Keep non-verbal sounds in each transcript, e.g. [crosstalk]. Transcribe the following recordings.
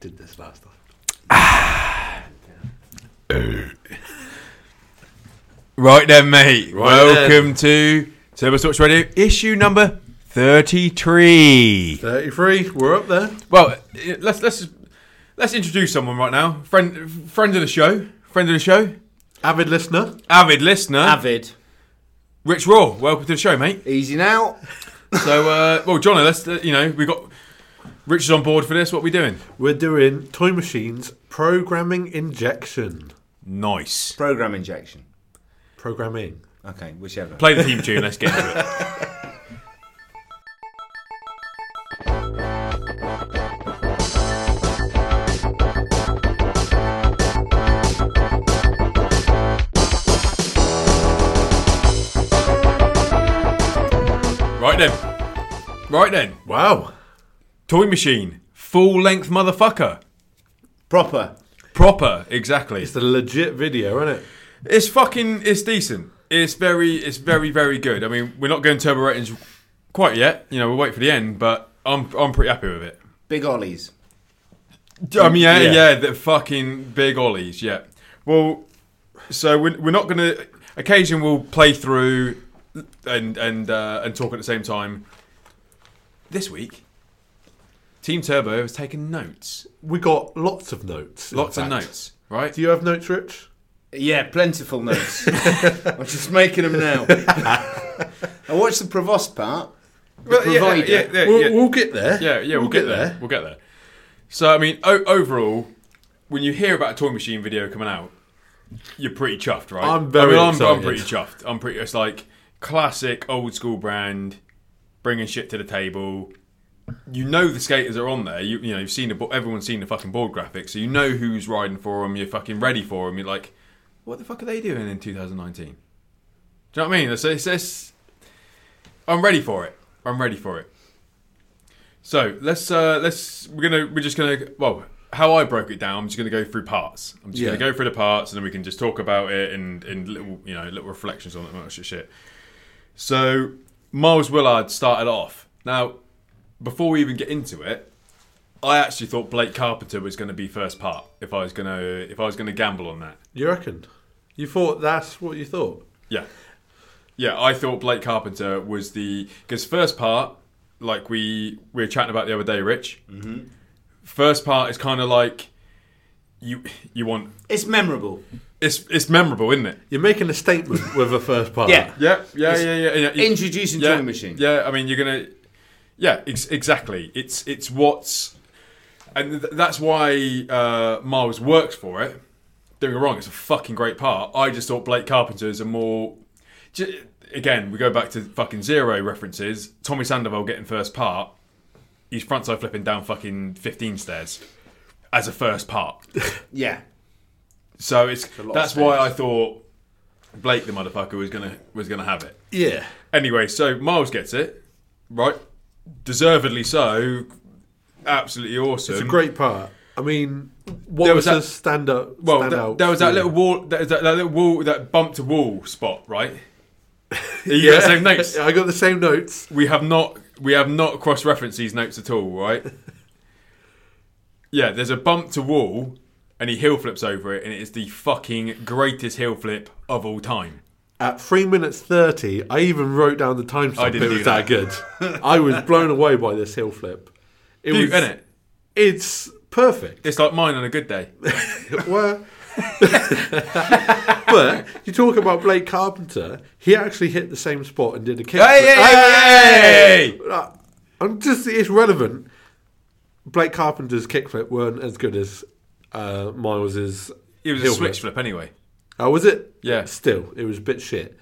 this last time. Right then, mate. Right Welcome to Turbo Talks Radio, issue number thirty-three. 33, we're up there. Well, eh, let's let's let's introduce someone right now. Friend, friend of the show, friend of the show, Avid listener. avid listener, Avid. Rich Raw. Welcome to the show, mate. Easy now. So, uh, well, Johnny, let's uh, you know we got Rich is on board for this. What are we doing? We're doing Toy Machines Programming Injection. Nice. Program injection. Programming. Okay, whichever. Play the theme tune. Let's get into it. Right then. Right then. Wow. Toy machine. Full length motherfucker. Proper. Proper. Exactly. It's a legit video, isn't it? It's fucking. It's decent. It's very. It's very very good. I mean, we're not going turbo ratings quite yet. You know, we'll wait for the end. But I'm I'm pretty happy with it. Big ollies. I mean, yeah, yeah, Yeah. the fucking big ollies. Yeah. Well, so we're, we're not gonna. Occasion we'll play through and and uh, and talk at the same time. This week, Team Turbo has taken notes. We got lots of notes. in Lots of fact. notes, right? Do you have notes, Rich? Yeah, plentiful notes. [laughs] I'm just making [laughs] them now. I watched the Provost part. The Well, yeah, provider. yeah, yeah, we'll, yeah. we'll get there. Yeah, yeah, we'll, get, there. We'll get there. So I mean, o- overall, when you hear about a toy machine video coming out, you're pretty chuffed, right? I'm very I mean, I'm, I'm excited. pretty chuffed. I'm pretty. It's like classic old school brand, bringing shit to the table. You know the skaters are on there. You you know you've seen the bo- everyone's seen the fucking board graphics, so you know who's riding for them. You're fucking ready for them. You're like, what the fuck are they doing in 2019? Do you know what I mean? It's, it's, it's, I'm ready for it. I'm ready for it. So let's uh let's we're gonna we're just gonna well how I broke it down. I'm just gonna go through parts. I'm just Yeah. gonna go through the parts and then we can just talk about it and and little you know little reflections on it and all that shit. shit. So Miles Willard started off. Now before we even get into it, I actually thought Blake Carpenter was going to be first part. If I was gonna if I was gonna gamble on that, You reckon? You thought that's what you thought? yeah. Yeah, I thought Blake Carpenter was the because first part, like we we were chatting about the other day, Rich. Mm-hmm. First part is kind of like you you want It's memorable. it's it's memorable, isn't it? You're making a statement with the first part. Yeah. Yeah, yeah, yeah, yeah. yeah. You- Introducing yeah, Toy Machine. Yeah, I mean you're gonna yeah ex- exactly. It's it's what's and th- that's why uh, Miles works for it. Don't get me wrong, it's a fucking great part. I just thought Blake Carpenter is a more. J- again, we go back to fucking zero references. Tommy Sandoval getting first part. He's frontside flipping down fucking fifteen stairs as a first [laughs] part. Yeah. So it's lot of that's why I stairs. thought Blake the motherfucker was gonna was gonna have it. Yeah. Anyway, so Miles gets it, right? Deservedly so. Absolutely awesome. It's a great part. I mean, what There was, was the that- stand up? Well, th- there was that little [laughs] wall, that, that, that little wall, that bump to wall spot, [laughs] right? You got the same notes. I got the same notes. We have not, we have not cross-referenced these notes at all, right? yeah, there's a bump to wall, and he heel flips over it, and it is the fucking greatest heel flip of all time. At three minutes thirty, I even wrote down the timestamp. It didn't was do that, that. good. [laughs] I was blown away by this heel flip. It Dude, was, isn't it? It's perfect. It's like mine on a [laughs] good day. Well, [laughs] but you talk about Blake Carpenter. He actually hit the same spot and did a kick. Hey, hey, hey, hey! Uh, I'm just it's relevant. Blake Carpenter's kickflip weren't as good as uh, Miles's. It was a heel switch flip. flip anyway. Oh, was it? Yeah. Still, it was a bit shit.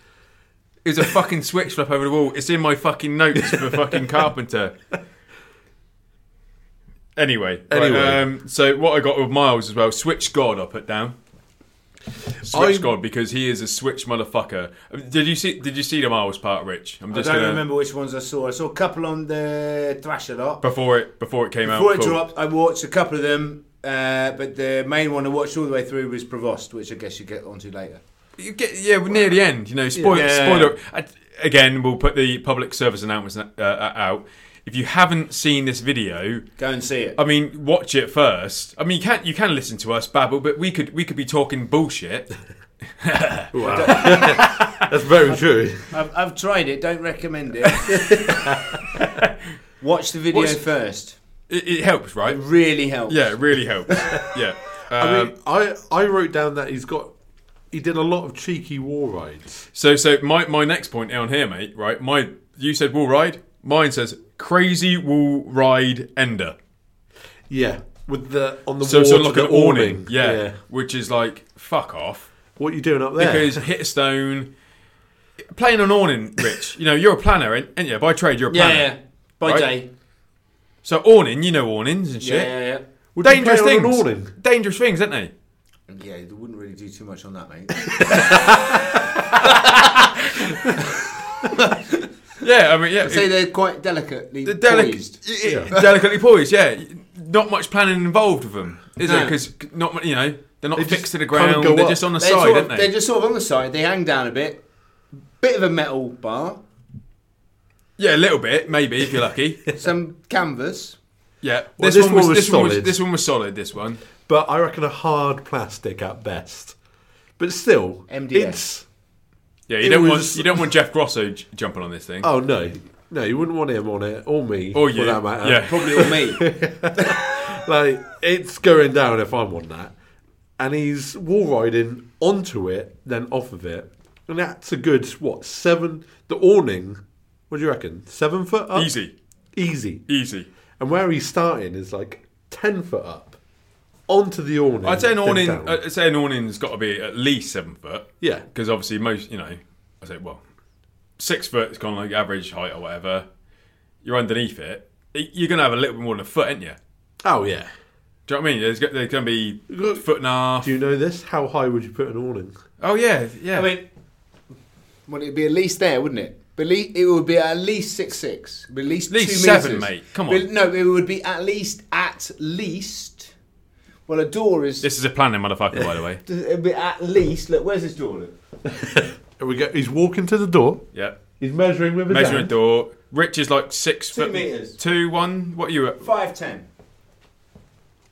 It was a fucking switch flip over the wall. It's in my fucking notes for fucking Carpenter. Anyway, right, Anyway. um, so what I got with Miles as well, Switch God, I put down. Switch I- God because he is a switch motherfucker. Um, Did you see? Did you see the Miles part, Rich? I'm I don't remember which ones I saw. I saw a couple on the Thrasher lot. before it before it came Before out. it cool. dropped, I watched a couple of them, uh, but the main one I watched all the way through was Provost, which I guess you get onto later. You get yeah we're near the end. You know, spoiler. Yeah. Spoiler. I- again, we'll put the public service announcement uh, uh, out. If you haven't seen this video, Go and see it. I mean, watch it first. I mean, you can you can listen to us babble, but we could we could be talking bullshit. [laughs] That's very true. I've, I've tried it. Don't [laughs] recommend it. Watch the video Watch- first. It, it helps, It right? really helps. Yeah, it [laughs] really helps. Yeah. Um, I mean, I I wrote down that he's got he did a lot of cheeky war rides. so so my my next point on here, mate. Right, my you said wall ride. Mine says crazy wall ride ender. Yeah, with the on the So wall so to like the an awning, Yeah, yeah. which is like fuck off What you doing up there? because hit a stone. Playing an awning, Rich. You know you're a planner, ain't ain't you? By trade, you're a Yeah, planner. yeah. By Right? day. So awning, you know awnings and shit. Yeah, yeah, Would you Dangerous play on things. an awning? Dangerous things, aren't they? yeah. Yeah, they wouldn't really do too much on that, [laughs] mate. Yeah, I mean, yeah. Say it- they're quite delicately the delic- poised. it- it- delicately poised, yeah. Not much planning involved with them, is there? No. Because not, mu- you know, they're not They fixed just to the kind of ground. go They're up. just on the They're, side, sort aren't of, they? they're just sort of on the side. They hang down a bit. Bit of a metal bar. Yeah, a little bit, maybe if you're [laughs] lucky. Some canvas. Yeah, Well, this one was this one was solid. this one was solid. This one. But I reckon a hard plastic at best. But still, MDF. it's Yeah, you It don't was- want you don't want Jeff Grosso j- jumping on this thing. oh no, no, you wouldn't want him on it or me Or for you. that matter. Yeah. Probably all [laughs] me. like it's going down if I'm on that. And he's wall riding onto it, then off of it, and that's a good what seven? The awning. What do you reckon? Seven foot up, Easy, easy. easy. And where he's starting is like ten foot up, onto the awning. I'd say an then awning. uh, down. I'd say an awning's got to be at least seven foot. Yeah. because obviously most, you know, I say well, six foot is kind of like average height or whatever. You're underneath it. y- You're gonna have a little bit more than a foot, ain't you? oh yeah. Do you know what I mean? There's, go- there's gonna be Look- foot and a half. Do you know this? How high would you put an awning? Oh yeah, yeah. I mean, well, it'd be at least there, wouldn't it? Be le- it would be at least six six. Be at least, At least two seven, meters. mate. Come Be- on. no, it would be at least at least. Well, a door is. this is a planning motherfucker, by the [laughs] way. It'd be at least. Look, where's this door? Luke? Here we go. He's walking to the door. Yeah. He's measuring with his Measuring hand. door. Rich is like six Two foot. metres. Two one. What are you, at? Five ten.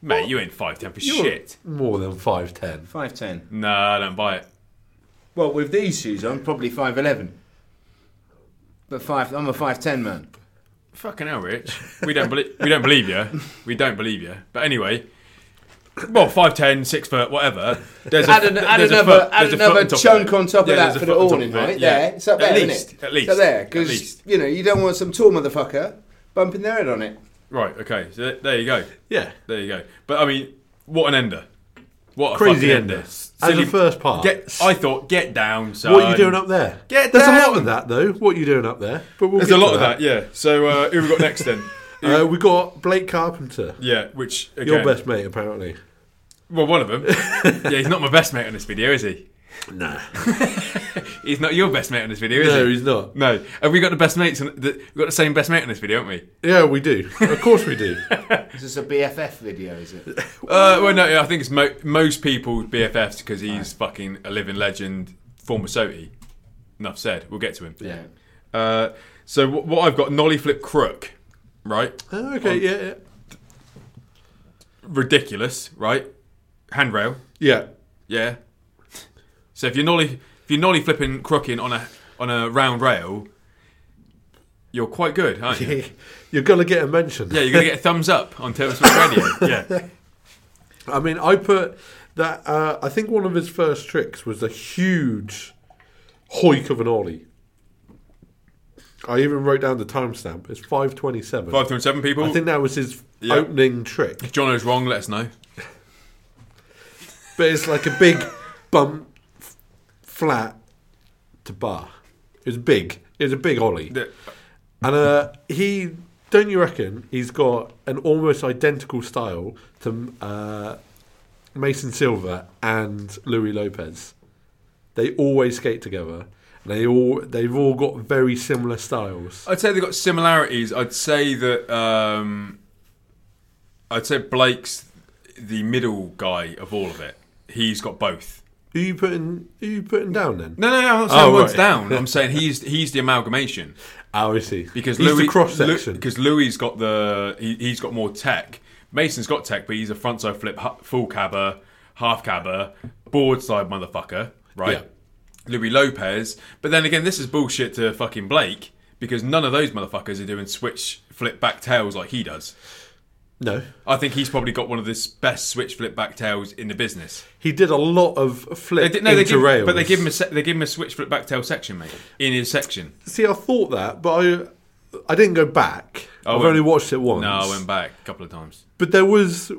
mate? You ain't five ten for shit. More than five ten. Five ten. Nah, I don't buy it. Well, with these shoes on, probably five eleven. But five. I'm a five ten man. Fucking hell, Rich. We don't believe. We don't believe you. We don't believe you. But anyway, well, five ten, six foot, whatever. There's a, Add, an, add there's a another, foot- add there's a foot another on top of chunk it. on top of Yeah, that there's a for the foot on top awning, of it, right? yeah. There, it's up there, at isn't least, it? At It's least, up there, at least. because you know you don't want some tall motherfucker bumping their head on it. Right. Okay. So th- there you go. Yeah. There you go. But I mean, what an ender! What a Crazy fucking ender. As the first part. Get, I thought, get down. Son. What are you doing up there? Um, Get There's a down! lot of that though. What are you doing up there? But we'll There's get a lot to of that. Yeah. So uh, who we got next then? [laughs] Uh, we got Blake Carpenter, Yeah. Which again, your best mate, apparently. Well, one [laughs] of them. yeah, he's not my best mate on this video, is he? [laughs] Nah, He's not your best mate on this video, is no, he? he's not. No. Have we got the best mates? On the, we've got the same best mate on this video, haven't we? [laughs] Yeah, we do. Of course, we do. Is this a BFF video? Is it? Uh, well, no, I think it's mo- most people BFFs because he's fucking a living legend, former Soti. Enough said. We'll get to him. Yeah. Uh, so what, what I've got, Nolly Flip Crook, right? Oh, okay, yeah, yeah, Ridiculous, right? Handrail, yeah. yeah. So if you're nolly, if you're nolly flipping crooking on a on a round rail, you're quite good, aren't you? [laughs] You're gonna get a mention. Yeah, you're gonna get a thumbs up [laughs] on Terrorist Radio. Yeah, I mean, I put that. Uh, I think one of his first tricks was a huge hoik of an ollie. I even wrote down the timestamp. It's five twenty-seven. five twenty seven people. I think that was his Yeah. opening trick. if Jono's wrong, let us know. but it's like a big bump f- flat to bar. It was big. It was a big ollie, The- and uh, he don't you reckon he's got an almost identical style to uh, Mason Silver and Louis Lopez. They always skate together. and They all they've all got very similar styles. I'd say they've got similarities. I'd say that um, I'd say Blake's the middle guy of all of it. He's got both. Who you putting? Who you putting down then? No, no, no. I'm not saying Oh, one's right. [laughs] down. I'm saying he's he's the amalgamation. Oh, I see. because he's Louis the cross section. Because Louis has got the he, he's got more tech. Mason's got tech, but he's a front side flip, hu- full cabber, half cabber, board side motherfucker, right? Yeah. Louis Lopez. But then again, this is bullshit to fucking Blake because none of those motherfuckers are doing switch flip back tails like he does. no, I think he's probably got one of the s- best switch flip back tails in the business. he did a lot of They flip did, no, they into give, rails. but they give him a se- they give him a switch flip back tail section, mate, in his section. See, I thought that, but I, I didn't go back. I I've went- only watched it once. Oh, No, I went back a couple of times. But there was,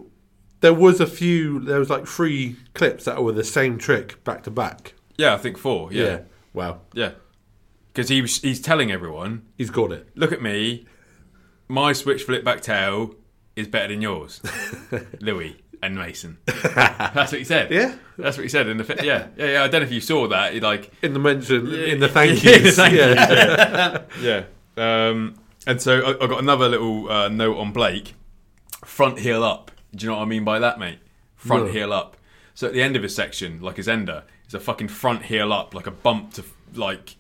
there was a few. There was like three clips that were the same trick back to back. Yeah, I think four. yeah. Wow. Yeah, because he was, he's telling everyone, He's got it. look at me, my switch flip back tail is better than yours, Louis and Mason. That's what he said. Yeah. that's what he said in the fi- yeah yeah yeah. I don't know if you saw that. He like In the mention, in the Yeah, thank [laughs] yeah, yous. the thank yeah. yeah. Um, and so I, I got another little uh, note on Blake. Front heel up. Do you know what I mean by that, mate? Front No. heel up. So at the end of his section, like his ender, is a fucking front heel up, like a bump to like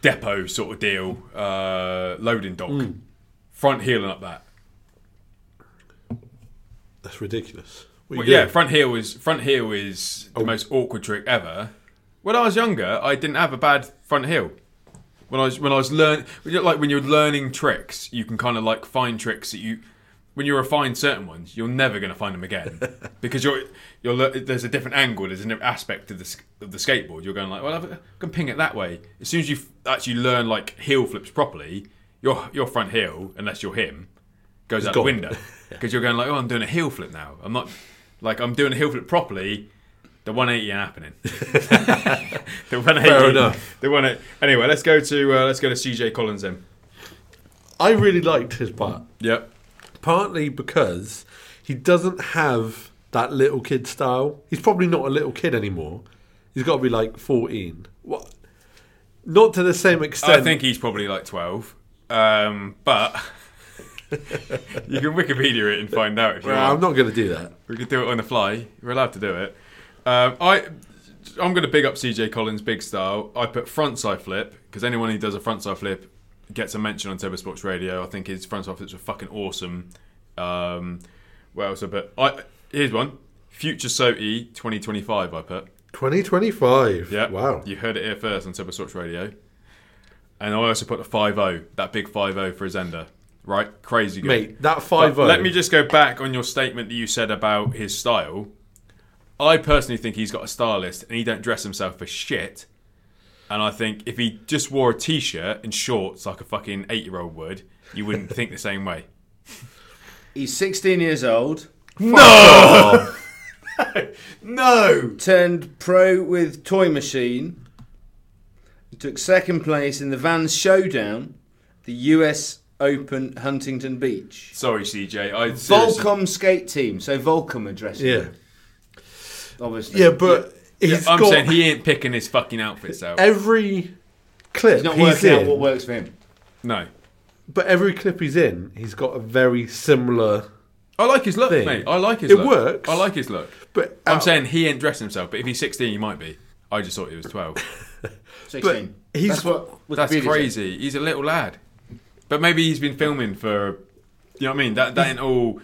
depot sort of deal, uh, loading dock. Front heeling up that. [laughs] That's ridiculous. What Well, you yeah, doing? front heel is front heel is the most awkward trick ever. When I was younger, I didn't have a bad front heel. When I was when I was learn you know, like when you're learning tricks, you can kind of like find tricks that you when you refine certain ones, you're never going to find them again because you're you're lear- there's a different angle, there's a different aspect of the sk- of the skateboard. You're going like, well, I can ping it that way. As soon as you f- actually learn like heel flips properly, your your front heel, unless you're him, goes out gone. the window because you're going like, oh, I'm doing a heel flip now. I'm not like I'm doing a heel flip properly. The 180 ain't [laughs] happening. the 180. Fair enough. The 180. Anyway, let's go to uh, let's go to CJ Collins then. I really liked his part, Yep. partly because he doesn't have that little kid style. He's probably not a little kid anymore. He's got to be like fourteen. What? Not to the same extent. I think he's probably like 12, um, [laughs] but you can Wikipedia it and find out if you Well, I'm want. not going to do that. We could do it on the fly. We're allowed to do it. Um, I, I'm going to big up CJ Collins, big style. I put frontside flip because anyone who does a frontside flip gets a mention on Turbo Sports Radio. I think his frontside flips are fucking awesome. Um, what else I put? I here's one. Future Soti 2025. I put. 2025. Yeah. Wow. You heard it here first on Turbo Source Radio. And I also put the 5 0, that big 5 0 for Azenda. Right? Crazy good. Mate, that oh. But 5 let me just go back on your statement that you said about his style. I personally think he's got a stylist and he don't dress himself for shit. And I think if he just wore a t shirt and shorts like a fucking eight year old would, you wouldn't think the same [laughs] way. He's 16 years old. Oh. No! [laughs] no! Turned pro with Toy Machine. He took second place in the Vans Showdown, the US Open Huntington Beach. Sorry, CJ. I seriously- Volcom skate team, so Volcom addressing. Yeah. obviously. Yeah, but Yeah, he's I'm got saying he ain't picking his fucking outfits out. every clip he's he's, not working out in, what works for him. No. but every clip he's in, he's got a very similar. I like his look, thing. mate. I like his It look. works. I like his look. But I'm uh, saying he ain't dressed himself, but if he's 16, he might be. I just thought he was 12. 16. he's- That's what That's Wikipedia said. crazy. He's a little lad. But maybe he's been filming for, you know what I mean? That, that ain't all.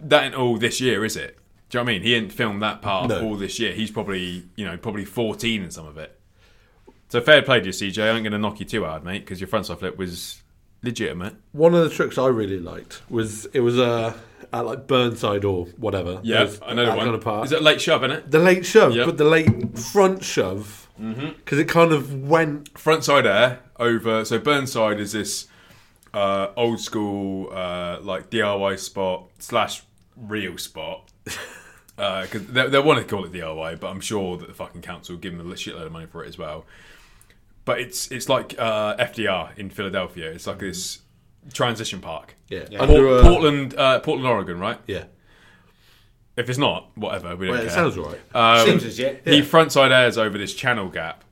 That ain't all this year, is it? Do you know what I mean? He ain't filmed that part No. all this year. He's probably, you know, probably 14 in some of it. So fair play to you, CJ. I ain't going to knock you too hard, mate, because your front side flip was legitimate. one of the tricks I really liked was it was uh, at like Burnside or whatever. It was another that one. Kind of part. Is it late shove, innit? the late shove, Yep. but the late front shove because Mm-hmm. it kind of went. front side air over. So Burnside is this uh, old school uh, like DIY spot slash real spot. Because they, they want to call it DIY, but I'm sure that the fucking council will give them a shitload of money for it as well. But it's it's like uh, FDR in Philadelphia. It's like this transition park. Yeah, Yeah. under Port- a- Portland, uh, Portland, Oregon, right? Yeah, If it's not, whatever, we don't Well, care. it sounds right. Um, Seems legit. He frontside airs over this channel gap,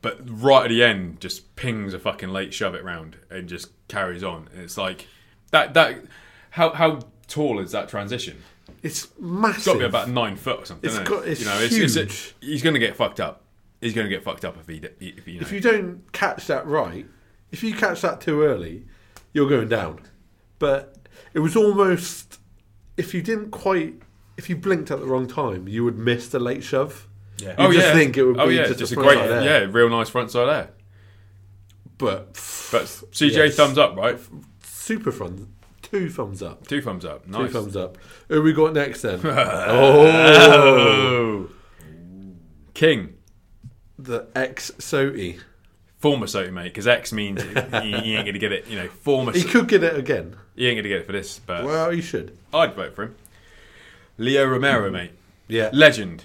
but right at the end, just pings a fucking late shove it round and just carries on. And it's like that. That how how tall is that transition? It's It's massive. got to be about nine foot or something. It's isn't it? got- it's huge. he's going to get fucked up. He's going to get fucked up if he, d- if, he, you know. if you don't catch that right, if you catch that too early, you're going down. But it was almost if you didn't quite if you blinked at the wrong time, you would miss the late shove. Yeah. You just think it would oh, be yeah, just, just a front great, side air. yeah, real nice front side air. But But CJ Yes. thumbs up, right? super fun, two thumbs up. Two thumbs up. Two Nice. thumbs up. Who we got next then? [laughs] oh, Oh. King, the ex Soti. former Soto mate, because X means he, he ain't gonna get it. You know, former. He He, could get it again. ain't gonna get it for this, but Well, he should. I'd vote for him. Leo Romero, mate, Yeah. legend,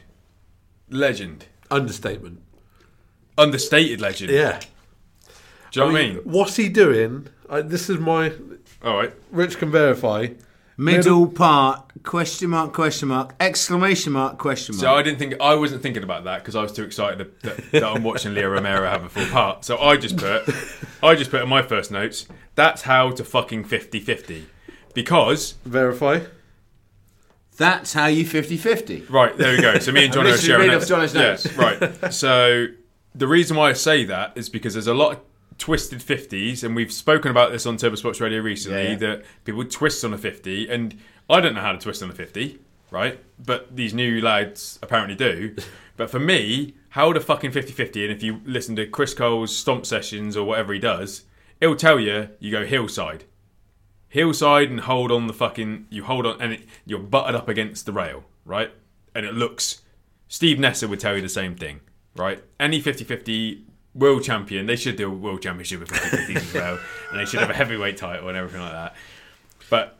legend, Understatement. understated legend. Yeah. Do you know what I mean? What's he doing? I, this is my. All right. Rich can verify. Middle part, question mark, question mark, exclamation mark, question So I mark. didn't think I wasn't thinking about that because I was too excited that, that I'm watching Leo Romero have a full part. So I just put, I just put in my first notes. That's how to fucking 50-50. because Verify. That's how you 50 50. right there we go. So [laughs] me and John I are literally sharing read off John's notes. Yeah, [laughs] right. So the reason why I say that is because there's a lot of twisted fifties, and we've spoken about this on Turbo Sports Radio recently Yeah, yeah. that people twist on a fifty, and I don't know how to twist on a fifty, right? But these new lads apparently [laughs] do. But for me, how the fucking 50-50, and if you listen to Chris Cole's stomp sessions or whatever he does, it'll tell you you go hillside. Hillside and hold on the fucking you hold on and it, you're butted up against the rail, right? And it looks Steve Nesser would tell you the same thing, right? Any 50-50 world champion, they should do a world championship of 50-50s as well, and they should have a heavyweight title and everything like that. But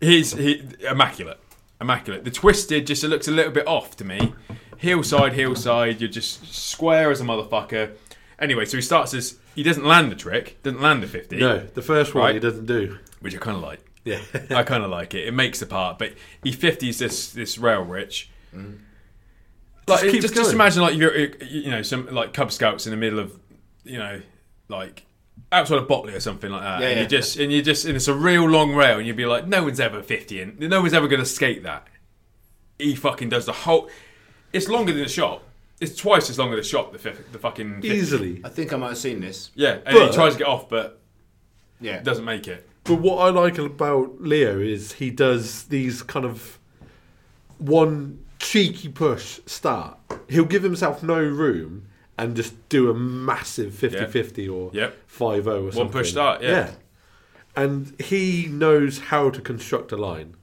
he's he, immaculate, immaculate. The twisted just looks a little bit off to me. Heel side, heel side. You're just square as a motherfucker. Anyway, so he starts as he doesn't land the trick, doesn't land the 50, No, the first one Right. he doesn't do. which I kind of like. Yeah. I kind of like it. It makes the part, but he fifties this this rail rich. Like Mm. Just just, keeps just, going. imagine like you're you know some like Cub Scouts in the middle of you know like outside of Botley or something like that, Yeah, and yeah. you just and you just and it's a real long rail, and you'd be like, no one's ever fifty, and no one's ever going to skate that. He fucking does the whole. It's longer than the shot. It's twice as long as the shot. The, fif- the fucking [laughs] 50. Easily. I think I might have seen this. Yeah, and But- he tries to get off, but Yeah. doesn't make it. But what I like about Leo is he does these kind of one cheeky push start. He'll give himself no room and just do a massive 50 50 or Yep. 5 0 or something. push start, yeah. And he knows how to construct a line.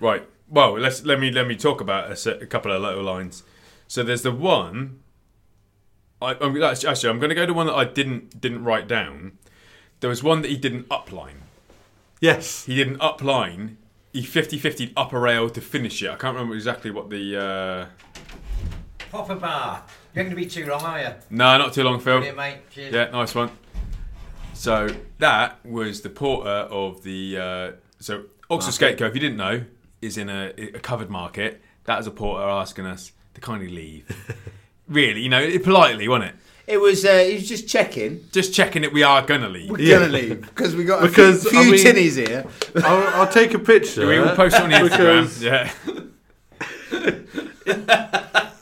Right. Well, let's let me let me talk about a, se- a couple of little lines. So there's the one. I, I'm that's- actually I'm going to go to one that I didn't didn't write down. There was one that he didn't upline. [laughs] Yes. He didn't upline. He 50 50 up a rail to finish it. I can't remember exactly what the. Uh... Pop a bar. You're going to be too long, are you? No, not too long, Phil. Brilliant, mate. Cheers. Yeah, nice one. So that was the porter of the uh, so Oxford Skate Co. If you didn't know, is in a, a covered market. That was a porter asking us to kindly leave. really, you know, it, politely, wasn't it? It was, uh, it was just checking. Just checking that we are gonna leave. We're We Yeah. going to leave because we got a Because, few, few I mean- tinnies here. I'll, I'll take a picture. will post it on the [laughs] Instagram. because, yeah,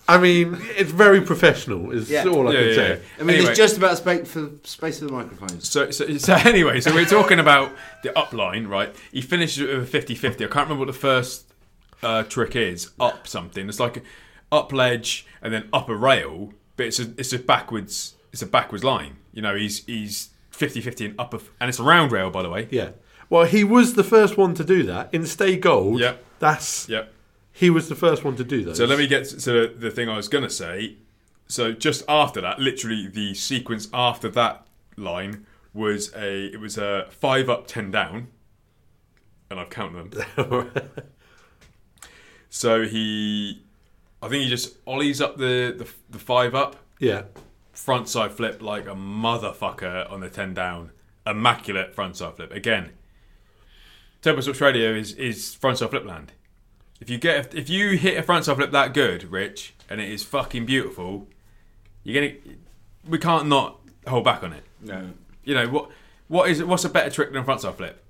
I mean, it's very professional, is Yeah. all I yeah, can yeah. say. I mean, Anyway. there's just about space for space for the microphones. So, so, so [laughs] anyway, so we're talking about the upline, right? He finishes it with a 50-50. I can't remember what the first uh, trick is. Up something. It's like up ledge and then up a rail, but it's a it's a backwards it's a backwards line. You know, he's he's 50-50 and up a, and it's a round rail by the way. Yeah. Well, he was the first one to do that in Stay Gold. Yep. That's Yep. he was the first one to do those. So let me get to to the thing I was going to say. So just after that, literally the sequence after that line was a it was a five up, ten down, and I've counted them. so he, I think he just ollies up the the, the five up, [laughs] Yeah. front side flip like a motherfucker on the 10 down. Immaculate front side flip. Again, Turbo Switch Radio is, is front side flip land. If you get if you hit a front side flip that good, Rich, and it is fucking beautiful, you're gonna we can't not hold back on it. No. You know what what is what's a better trick than a front side flip?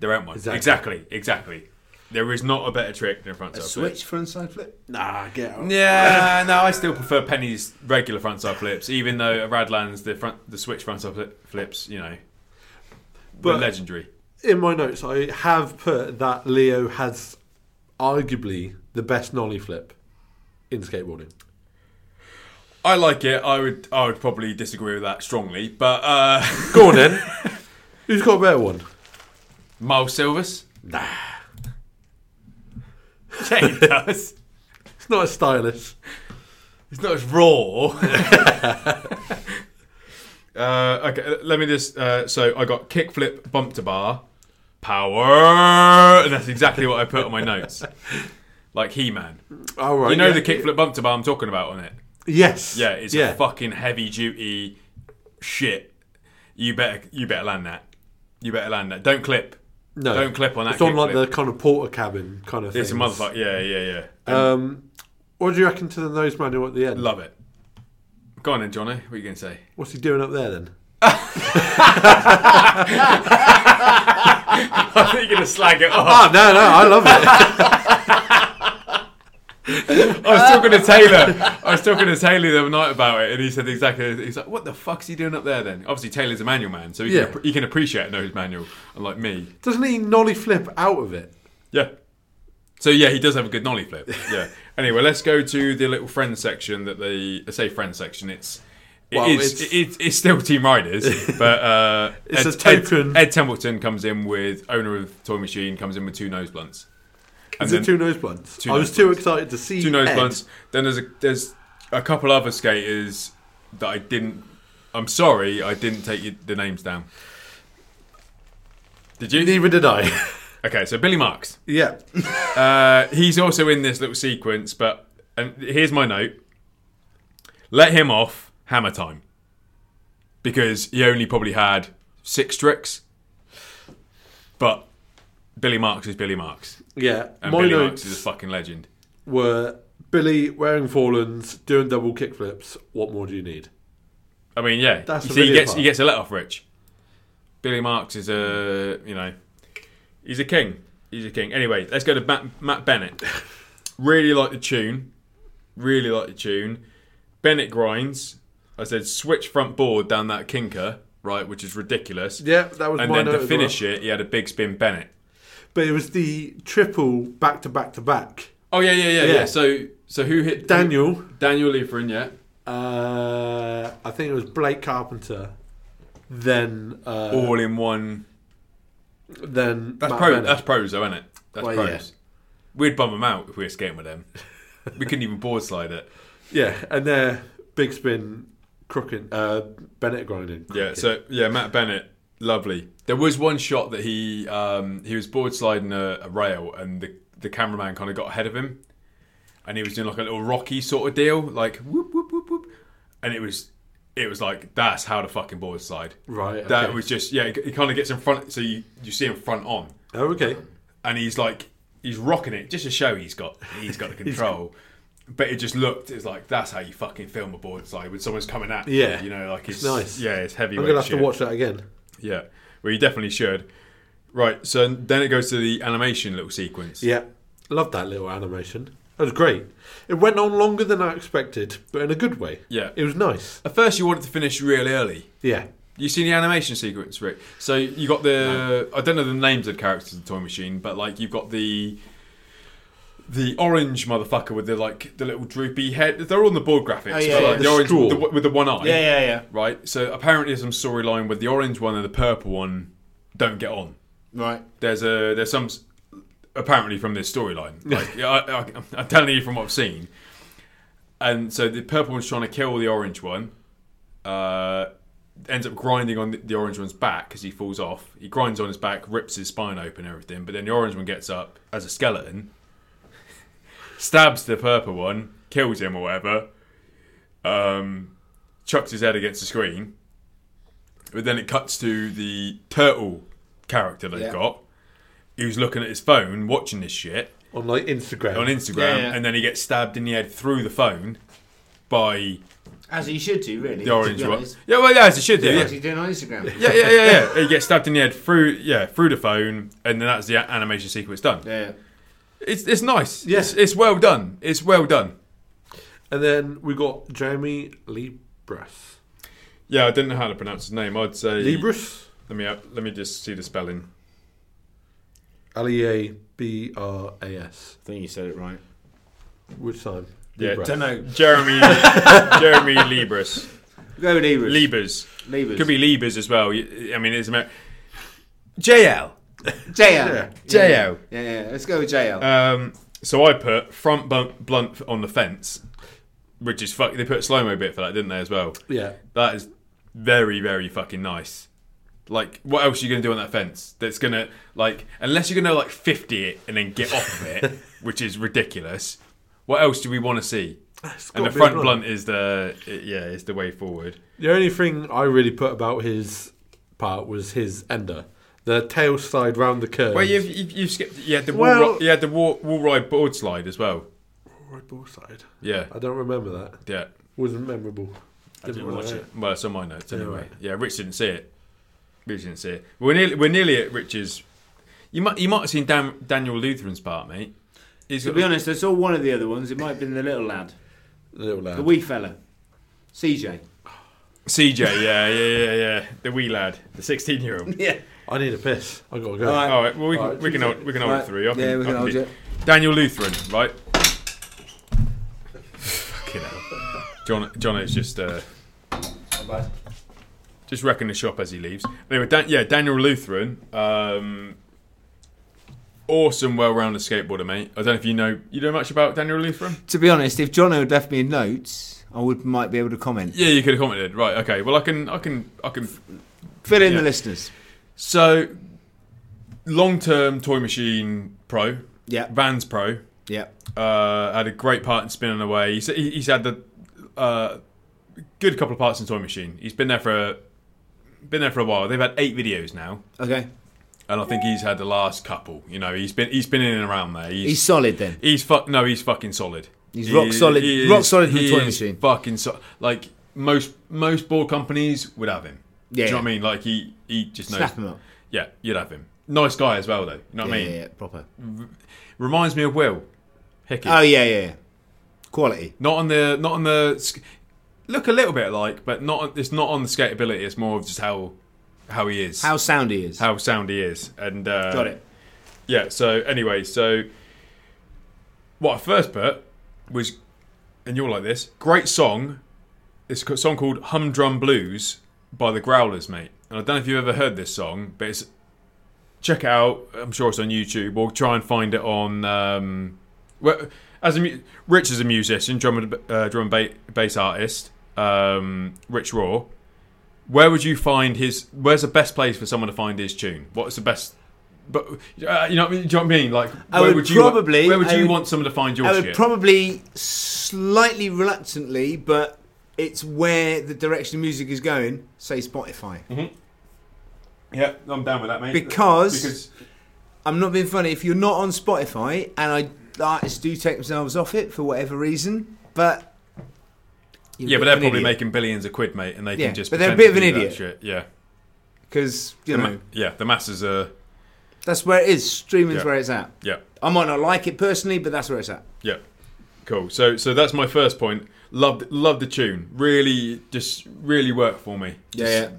There ain't one. Exactly. Exactly, exactly. There is not a better trick than a front A side switch for inside flip? Nah, get out. flip. Yeah, no, I still prefer Penny's regular front side flips, even though at Radlands the front the switch front side flip, flips, you know, were But- legendary. In my notes, I have put that Leo has arguably the best nollie flip in skateboarding. I like it. I would I would probably disagree with that strongly, but uh, [laughs] Go on then. Who's got a better one? Miles Silvers, [laughs] Nah, yeah, he does. it's not as stylish. It's not as raw. [laughs] uh, okay, let me just. Uh, so I got kickflip, bump to bar, power, and that's exactly what I put on my notes. Like He Man. All right. You know yeah. the kickflip, bump to bar I'm talking about on it? Yes. Yeah, it's yeah. a fucking heavy duty shit. You better, you better land that. You better land that. Don't clip. No, Don't clip on that. It's on like kickflip. the kind of porter cabin kind of. It's a things. motherfucker. Yeah, yeah, yeah. Um, what do you reckon to the nose manual at the end? Love it. Go on then, Johnny. What are you going to [laughs] say? [laughs] What's he doing up there then? I think you're going to slag it off. Oh no, no, I love [laughs] it. I was talking Uh. to Taylor. I was talking to Taylor the other night about it, and he said exactly. He's like, "What the fuck's he doing up there?" Then obviously Taylor's a manual man, so he, Yeah. can, he can appreciate a nose manual, unlike me. Doesn't he nollie flip out of it? Yeah. So yeah, he does have a good nollie [laughs] flip. Yeah. anyway, let's go to the little friend section that they I say friend section. It's it Well, is- it's- it- it's, it's still Team Riders, [laughs] but uh, It's a Ed, token. Ed, Ed Templeton comes in with owner of Toy Machine comes in with two nose blunts. And Is then- it two nose blunts? Two I nose was too excited to see two nose Ed. blunts. Then there's a there's a couple other skaters that I didn't. I'm sorry, I didn't take you, the names down. Did you? Neither did I. [laughs] Okay, so Billy Marks. [laughs] yeah. Uh, he's also in this little sequence, but and here's my note. Let him off hammer time because he only probably had six tricks, but Billy Marks is Billy Marks, Yeah. and My Billy Marks notes is a fucking legend. were Billy wearing forlands, doing double kickflips. What more do you need? I mean, yeah. That's You the see, he video gets part. he gets a let off rich. Billy Marks is a you know, he's a king. He's a king. Anyway, let's go to Matt, Matt Bennett. [laughs] really like the tune. Really like the tune. Bennett grinds. I said switch front board down that kinker right, which is ridiculous. Yeah, that was And my then note to as finish well. it, he had a big spin Bennett. But it was the triple back to back to back. Oh yeah, yeah, yeah, yeah. Yeah. So so who hit Daniel, Uh-huh. Daniel Lieferin, yeah. uh, I think it was Blake Carpenter, then uh, All in one then Oh, That's Matt pro. Bennett. That's pros, though, isn't it? That's Well, pros. yeah. We'd bum them out if we were skating with them. [laughs] we couldn't even board [laughs] slide it. Yeah, and their big spin crooking uh, Bennett grinding. Yeah. So yeah, Matt Bennett, lovely. There was one shot that he um, he was board sliding a, a rail, and the the cameraman kind of got ahead of him, and he was doing like a little rocky sort of deal, like whoop whoop whoop whoop, and it was it was like that's how to fucking board slide. Right, That okay. was just yeah. He kind of gets in front, so you you see him front on. Oh, okay. and he's like he's rocking it just to show he's got he's got the [laughs] control but it just looked it's like that's how you fucking film a board slide when someone's coming at you, Yeah. you know like it's, nice. yeah it's I'm heavyweight gonna have shit. to watch that again. yeah well you definitely should right so then it goes to the animation little sequence Yeah, love that little animation. That was great. It went on longer than I expected, but in a good way. Yeah. it was nice. at first you wanted to finish real early Yeah, You seen the animation sequence, Rick? So you got the I don't know the names of the characters in the Toy Machine, but like you've got the the orange motherfucker with the like the little droopy head. They're all on the board graphics. Oh, yeah, but, yeah. like, the, The orange straw. with the, with the one eye. Yeah, yeah, yeah. Right. So apparently there's some storyline with the orange one and the purple one don't get on. Right. There's a there's some s- apparently from this storyline. Like I, I, I'm telling you from what I've seen. And so the purple one's trying to kill the orange one. Uh, ends up grinding on the, the orange one's back because he falls off. He grinds on his back, rips his spine open, and everything. But then the orange one gets up as a skeleton, stabs the purple one, kills him or whatever. Um, chucks his head against the screen. But then it cuts to the turtle character they've Yeah. got, who's looking at his phone, watching this shit on like Instagram. on Instagram, Yeah, yeah. and then he gets stabbed in the head through the phone by As he should do, really. the orange one. Yeah, well, yeah, as it should do. Yeah, What's he doing on Instagram? yeah, yeah, yeah. yeah. he gets stabbed in the head through, yeah, through the phone, and then that's the a- animation sequence done. yeah. It's it's nice. Yeah. Yes, it's, it's well done. It's well done. And then we got Jeremy Libras. Yeah, I didn't know how to pronounce his name. I'd say Libras? Let me let me just see the spelling. L E A B R A S. I think you said it right. Which time? Yeah, Libras. Don't know. Jeremy Jeremy Libras. Go with Ebers. Libras. Liebers. Could be Libras as well. You- I mean, it's Amer- JL. JL. Yeah. JL. Yeah, yeah. Let's go with JL. Um, so I put front blunt, blunt on the fence, which is fuck. They put a slow mo bit for that, didn't they? As well. Yeah. That is very very fucking nice. Like, what else are you gonna do on that fence? That's gonna like, unless you're gonna like fifty it and then get off [laughs] of it, which is ridiculous. What else do we want to see? And gotta the be a front blunt. blunt is the yeah is the way forward. The only thing I really put about his part was his ender. The tail slide round the curve. Well, you've, you've, you've skipped. Yeah, the wall, Well- ri- yeah, the wall, wall ride board slide as well. Right ball side. Yeah, I don't remember that. yeah. Wasn't memorable. Didn't remember watch that. it. Well, it's on my notes anyway. right. Yeah, Rich didn't see it. Rich didn't see it. We're nearly, we're nearly at Rich's. You might you might have seen Dan, Daniel Lutheran's part, mate. He's to got, be honest, I saw one of the other ones. It might have been the little lad, Little lad. the wee fella, CJ. CJ, yeah, yeah, yeah, yeah. The wee lad, the sixteen-year-old. Yeah. I need a piss. I gotta go. All right. All right, well we can All right, we can two hold, we can hold Right. it three. I can, Yeah, we I can hold do- it. Daniel Lutheran, right? Fucking hell. John John is just. Uh, Just wrecking the shop as he leaves. Anyway, Dan- yeah, Daniel Lutheran. Um, awesome, well-rounded skateboarder, mate. I don't know if you know you know much about Daniel Lutheran. To be honest, if John had left me notes, I would might be able to comment. Yeah, you could have commented. Right. Okay. Well, I can. I can. I can. Fill in Yeah. the listeners. So, long-term toy machine pro, Yeah. Vans pro. Yeah. Uh, had a great part in spinning away. He's, he- he's had the uh, good couple of parts in toy machine. He's been there for a, been there for a while. They've had eight videos now. Okay. and I think he's had the last couple. You know, he's been he's been in and around there. He's He's he's, solid then. fuck no, he's fucking solid. He's rock solid- rock solid in the toy machine. Fucking so, like most most ball companies would have him. Yeah. Do you know what I mean? Like he he just knows. Snap him up. Yeah, you'd have him. Nice guy as well, though. You know what Yeah, I mean? yeah, yeah, proper. Reminds me of Will Hickey. Oh yeah, yeah, yeah. Quality. Not on the not on the sk- look a little bit like, but not it's not on the skateability. It's more of just how how he is, How sound he is. how sound he is, and uh, Got it. Yeah, so anyway, so what I first put was, and you're like this, great song. It's a song called Humdrum Blues by the Growlers, mate. And I don't know if you've ever heard this song, but it's check it out. I'm sure it's on YouTube. We'll try and find it on. Um, well, as a mu- Rich is a musician, drum and uh, drum and ba- bass artist. Um, Rich Raw. Where would you find his? Where's the best place for someone to find his tune? What's the best? But uh, you know, do you know what I mean? Like, I where would you wa- probably- where would I you would- want someone to find your I would shit? Uh, probably slightly reluctantly, but it's where the direction of music is going. Say Spotify. yeah, I'm down with that, mate. Because- because I'm not being funny. If you're not on Spotify, and I artists do take themselves off it for whatever reason, but you're yeah, a but bit they're of an probably idiot. making billions of quid, mate, and they Yeah, can just. but they're a pretend bit to of an do that Shit. Yeah, because you The ma- know yeah, the masses are. that's where it is. Streaming's Yeah. where it's at. Yeah, I might not like it personally, but that's where it's at. yeah, cool. So, so that's my first point. Loved, loved the tune. Really, just really worked for me. Yeah, Just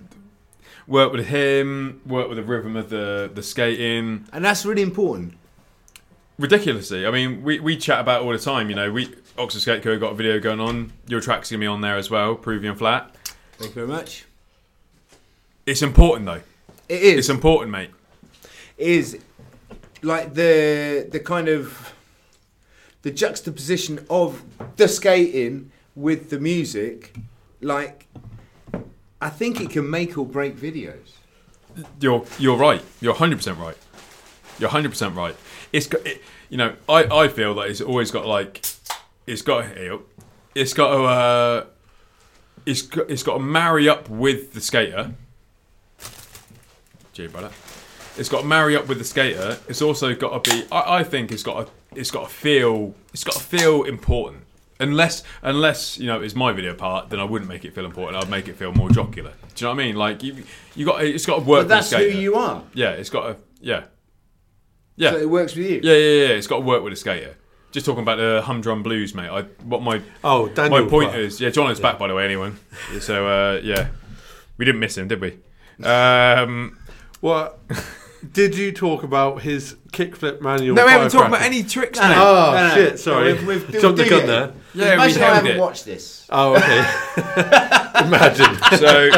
Worked with him. Worked with the rhythm of the the skating. and that's really important. ridiculously. I mean, we, we chat about it all the time. You know, we Oxford Skate Co got a video going on. Your track's gonna be on there as well. Peruvian Flat. Thank you very much. It's important though. It is. It's important, mate. is like the the kind of the juxtaposition of the skating with the music like i think it can make or break videos You're you're right. You're hundred percent right. You're hundred percent right. It's got, it, you know, I I feel that it's always got like, it's got it's got to, uh, it's got, it's got to marry up with the skater. Gee, brother. It's got to marry up with the skater. It's also got to be. I, I think it's got. To, it's got to feel. It's got to feel important. Unless, unless you know, it's my video part, then I wouldn't make it feel important. I'd make it feel more jocular. Do you know what I mean? Like you, you got. It's got to work. but that's with the who skater. you are Yeah, it's got a yeah. Yeah. So it works with you. Yeah, yeah, yeah. It's got to work with a skater. Just talking about the humdrum blues, mate. I what my Oh, Daniel. my point but- is, yeah, John is back by the way. Anyone? So uh, yeah, we didn't miss him, did we? Um, What [laughs] did you talk about his kickflip manual? no, we haven't talked biography? about any tricks. No, no. mate. Oh No, no. shit! Sorry, No, we've- we've- jumped the we've gun did it. there. Yeah, we Imagine I nailed haven't it. watched this. Oh, okay. Imagine. So,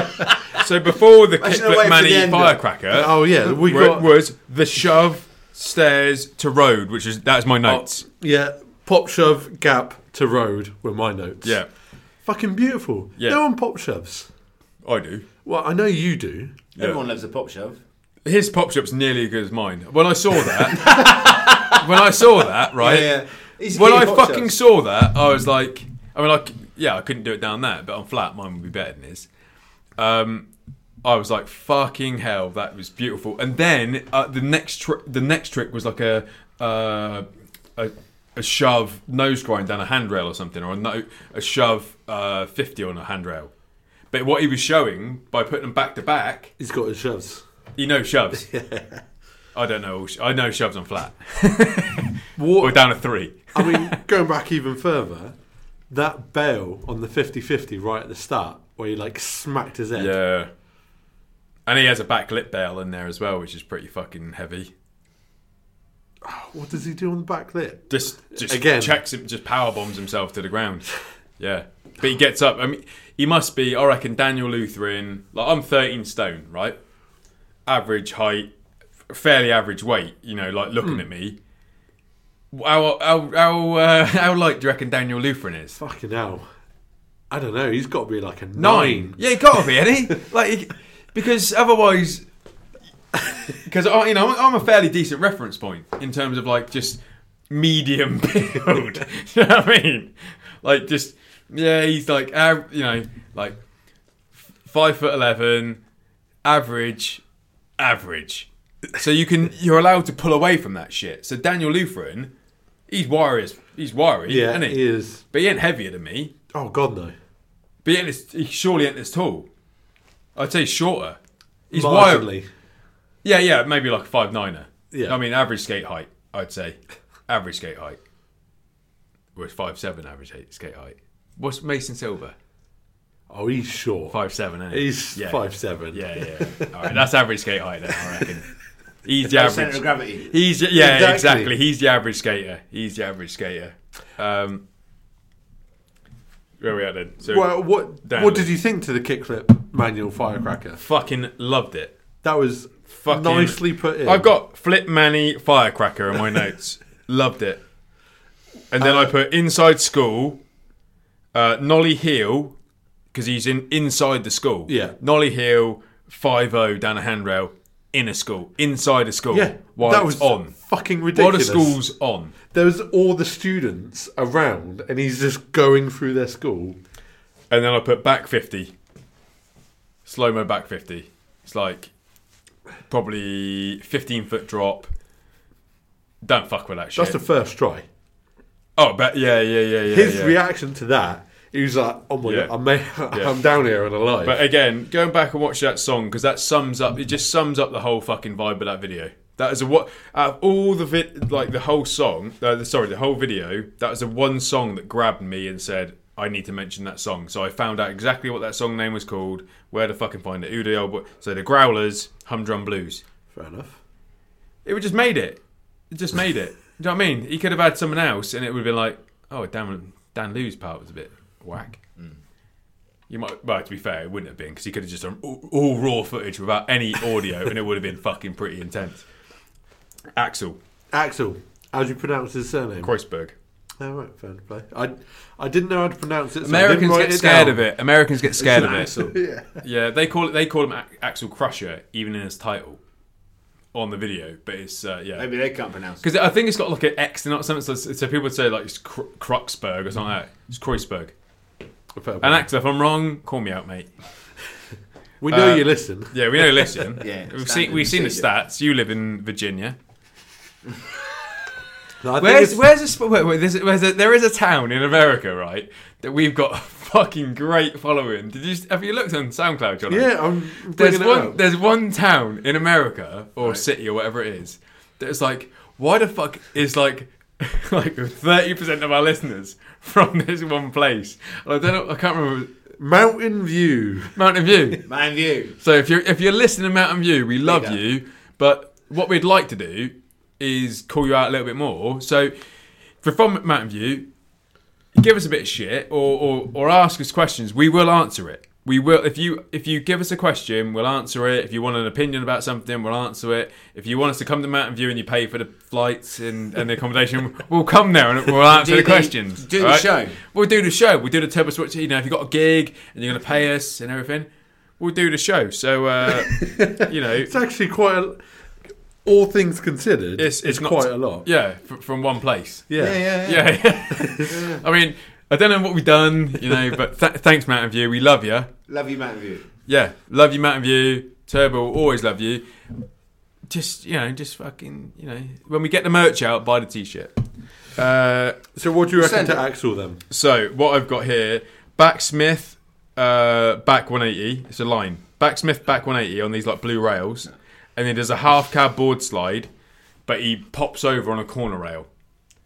so before the I should have Kickflip waited for Manny the end. firecracker, Oh yeah, we wa- got was the shove stairs to road, which is that's my notes. [laughs] yeah. Pop shove gap to road were my notes. Yeah, fucking beautiful. Yeah. No one pop shoves. I do. Well, I know you do. Everyone loves a pop shove. His pop shop's nearly as good as mine. When I saw that, when I saw that, right? Yeah, yeah. He's a When kid I of pop fucking shows. saw that, I was like, I mean, like, yeah, I couldn't do it down there, but on flat, mine would be better than his. Um, I was like, fucking hell, that was beautiful. And then uh, the next trick, the next trick was like a, uh, a a shove nose grind down a handrail or something, or a, no- a shove uh, fifty on a handrail. But what he was showing by putting them back to back He's got his shoves. you know shoves. I don't know. all sh- I know shoves on flat. We're What? down to three. I [laughs] mean, going back even further, that bail on the 50-50 right at the start, where he like smacked his head. Yeah. And he has a back lip bail in there as well, which is pretty fucking heavy. What does he do on the back lip? Just, just Again. checks him, just power bombs himself to the ground. Yeah, but he gets up. I mean, he must be. I reckon Daniel Lutheran. Like I'm 13 stone, right? Average height, fairly average weight. You know, like looking at me. How how how uh, [laughs] how light do you reckon Daniel Lutheran is? Fucking hell. I don't know. He's got to be like a nine. Nine. Yeah, it gotta be, [laughs] any like he- because otherwise, because I, you know, I'm a fairly decent reference point in terms of like just medium [laughs] build. you know what I mean? Like just yeah, he's like av- you know like five foot eleven, average, average. So you can you're allowed to pull away from that shit. So Daniel Lutheran, he's wiry. As, he's wiry, Yeah, isn't he? he is. But he ain't heavier than me. Oh God, no. But he ain't as, he surely ain't as tall. I'd say shorter. He's wiry. Marginally. Yeah, yeah, maybe like a five niner. Yeah. I mean, average skate height. I'd say average skate height. Whereas five seven average height, skate height. What's Mason Silver? Oh, he's short. Five seven. Ain't he? He's yeah. five seven. Yeah, yeah. yeah. All right, that's average skate height then. I reckon. He's the No centre of average. gravity. He's yeah, exactly. Exactly. He's the average skater. He's the average skater. Um, where we at then? So Well, what Damn what it. did you think to the kickflip manual firecracker? fucking loved it. That was Fucking- nicely put in. I've got Flip Manny Firecracker [laughs] in my notes. Loved it. And then I Uh, put Inside School, uh, Nolly Hill, because he's in inside the school. Yeah. Nolly Hill, 5 down a handrail, in a school, inside a school. yeah. While that it's was on. fucking While the ridiculous. school's on. There was all the students around, and he's just going through their school. And then I put back 50. Slow mo back 50. It's like probably 15 foot drop. Don't fuck with that shit. That's the first try. Oh, but yeah, yeah, yeah, yeah. His yeah. reaction to that, he was like, "Oh my Yeah. god, I'm, ma- [laughs] I'm down here and alive." But again, going back and watch that song because that sums up. It just sums up the whole fucking vibe of that video. That is a what out of all the vid, like the whole song. Uh, the, sorry, the whole video. That was the one song that grabbed me and said, "I need to mention that song." So I found out exactly what that song name was called, where to fucking find it. Who the old boy? So the Growlers, Humdrum Blues. Fair enough. It would just made it. It just made it. Do you know what I mean? He could have had someone else, and it would have been like, oh, Dan, Dan Lou's part was a bit whack. You might, well, to be fair, it wouldn't have been because he could have just done all, all raw footage without any audio, and it would have been fucking pretty intense. Axel Axel, how do you pronounce his surname? Kreuzberg. All right, fair play. I I didn't know how to pronounce it. So Americans I get didn't write it scared down. of it. Americans get scared of [laughs] it. Axel. [laughs] Yeah, they call it. They call him Ac- Axel Crusher, even in his title on the video. But it's uh, yeah, Maybe they can't pronounce it. Because I think it's got like an X and not something. So, so people would say like it's Kr- Kruxberg or something like that. It's Kreuzberg. Fair play. And Axel, if I'm wrong, call me out, mate. we know uh, you listen. Yeah, we know. Listen, [laughs] Yeah, we've seen standard we've seen the procedure. stats. You live in Virginia. No, I think Where's it's- where's a sp- wait, wait, there's, a- there's a, there is a town in America, right? That we've got [laughs] a fucking great following. Did you have you looked on SoundCloud, John? Yeah, I'm bringing There's it one. up. There's one town in America or city or whatever it is that's like why the fuck is like [laughs] like thirty percent of our listeners from this one place? And I don't know. I can't remember Mountain View. Mountain View. Man View. So if you're if you're listening to Mountain View, we love up. you. But what we'd like to do is call you out a little bit more. So if you're from Mountain View, give us a bit of shit or, or, or ask us questions. We will answer it. We will if you if you give us a question, we'll answer it. If you want an opinion about something, we'll answer it. If you want us to come to Mountain View and you pay for the flights and, and the accommodation, [laughs] we'll come there and we'll answer Do the, the- questions. do the alright? show. We'll do the show. We'll do the turbo switch. You know, if you've got a gig and you're going to pay us and everything, we'll do the show. So uh, you know, It's actually quite. A, all things considered, it's, it's, it's not, quite a lot. Yeah, fr- from one place. Yeah. Yeah. [laughs] I mean, I don't know what we've done, you know, but th- thanks, Mountain View. We love you. Love you, Man View. Yeah, love you, Mountain View. Turbo, will always love you. Just you know, just fucking you know, when we get the merch out, buy the t-shirt. Uh, So what do you reckon Send to it. Axel then? so what I've got here, backsmith, uh, back 180. It's a line. Backsmith, back 180 on these like blue rails, and then there's a half cab board slide, but he pops over on a corner rail.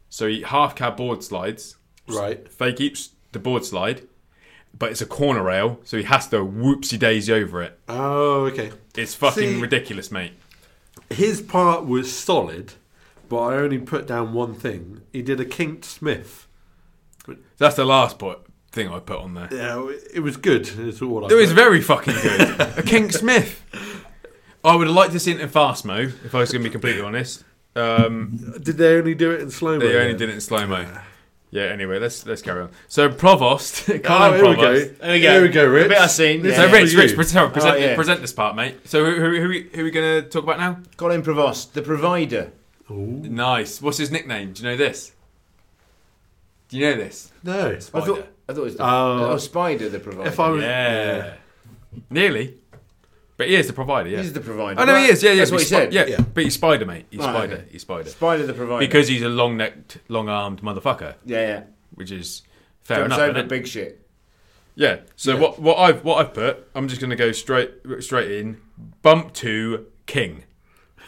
So he half cab board slides, Right. if They keeps the board slide, but it's a corner rail, so he has to whoopsie daisy over it. Oh, okay. It's fucking See- ridiculous, mate. His part was solid, but I only put down one thing. He did a kinked Smith. That's the last point thing I put on there. Yeah, it was good. It's all I. It was put. very fucking good. a King Smith. I would have liked to see it in fast mo, if I was going to be completely honest. Um, Did they only do it in slow mo? they only did it in slow mo. Yeah. Anyway, let's let's carry on. So Provost, [laughs] Oh, Colin here we Provost. go. There we go. Here we go, Rich. The bit I've seen, This yeah. is So Rich, for Rich, you. pre- sorry, present, Oh, yeah. present this part, mate. So who who who, we- who are we going to talk about now? Colin Provost, the provider. Nice. What's his nickname? Do you know this? Do you know this? No. I thought, I thought it was the, Oh. oh, Spider, the provider. If I was, Yeah. Nearly. But he is the provider, yeah. He's the provider. oh, no, he is, yeah, yeah. That's but what he he's spi- said. Yeah. Yeah. but he's Spider, mate. He's Right, Spider. okay. He's Spider. Spider, the provider. Because he's a long necked, long armed motherfucker, yeah, yeah. which is fair Jumps enough. over innit? big shit. Yeah. So what what I've what I've put, I'm just gonna go straight straight in. Bump to King.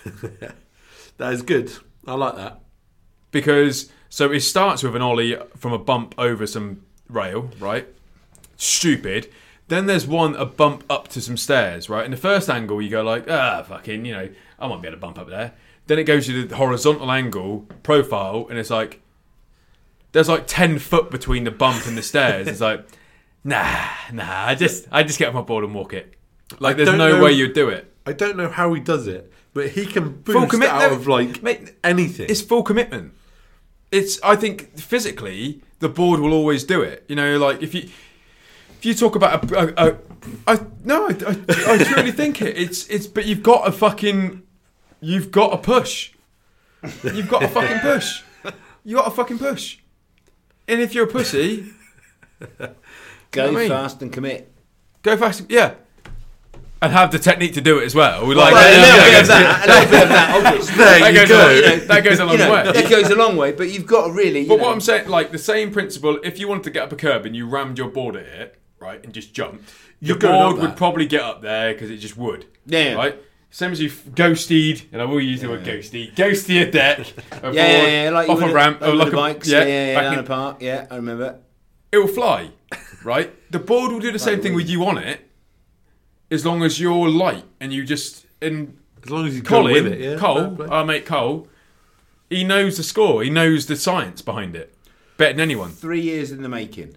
that is good. I like that. because so it starts with an ollie from a bump over some rail, right? Stupid. Then there's one a bump up to some stairs, right? In the first angle, you go like, ah, fucking, you know, I won't be able to bump up there. Then it goes to the horizontal angle profile, and it's like there's like ten foot between the bump and the stairs. It's like, [laughs] nah, nah, I just I just get off my board and walk it. Like there's don't no know- way you'd do it. I don't know how he does it, but he can boost commit- out no, of like mate, anything. It's full commitment. It's I think physically the board will always do it. You know, like if you if you talk about a, a, a I no, I, I, [laughs] I truly think it. It's it's but you've got a fucking you've got a push. You've got a fucking push. You got a fucking push. And if you're a pussy, Go what I mean? fast and commit. go fast. Yeah. And have the technique to do it as well. Like, Well, a yeah, little yeah, bit of yeah. that. A little bit of that, [laughs] obviously. there that you goes go. a long- that goes a long You know, way. That goes a long way, but you've got to really. you But know- what I'm saying, like the same principle, if you wanted to get up a curb and you rammed your board at it, right, and just jumped, your You're going board up would that. probably get up there because it just would. Yeah. Right? Same as you f- ghosted, and I will use the word ghosted, ghosted [laughs] a deck, a Yeah, board, yeah, yeah, like you off a would- ramp, like or you like would a the bikes, yeah, yeah, yeah, back down in- a park, yeah, I remember. it'll fly, right? The board will do the same thing with you on it, as long as you're light and you just and As long as you go Colin, with it, yeah. Fair play. Cole, our mate Cole, he knows the score, he knows the science behind it, better than anyone. Three years in the making.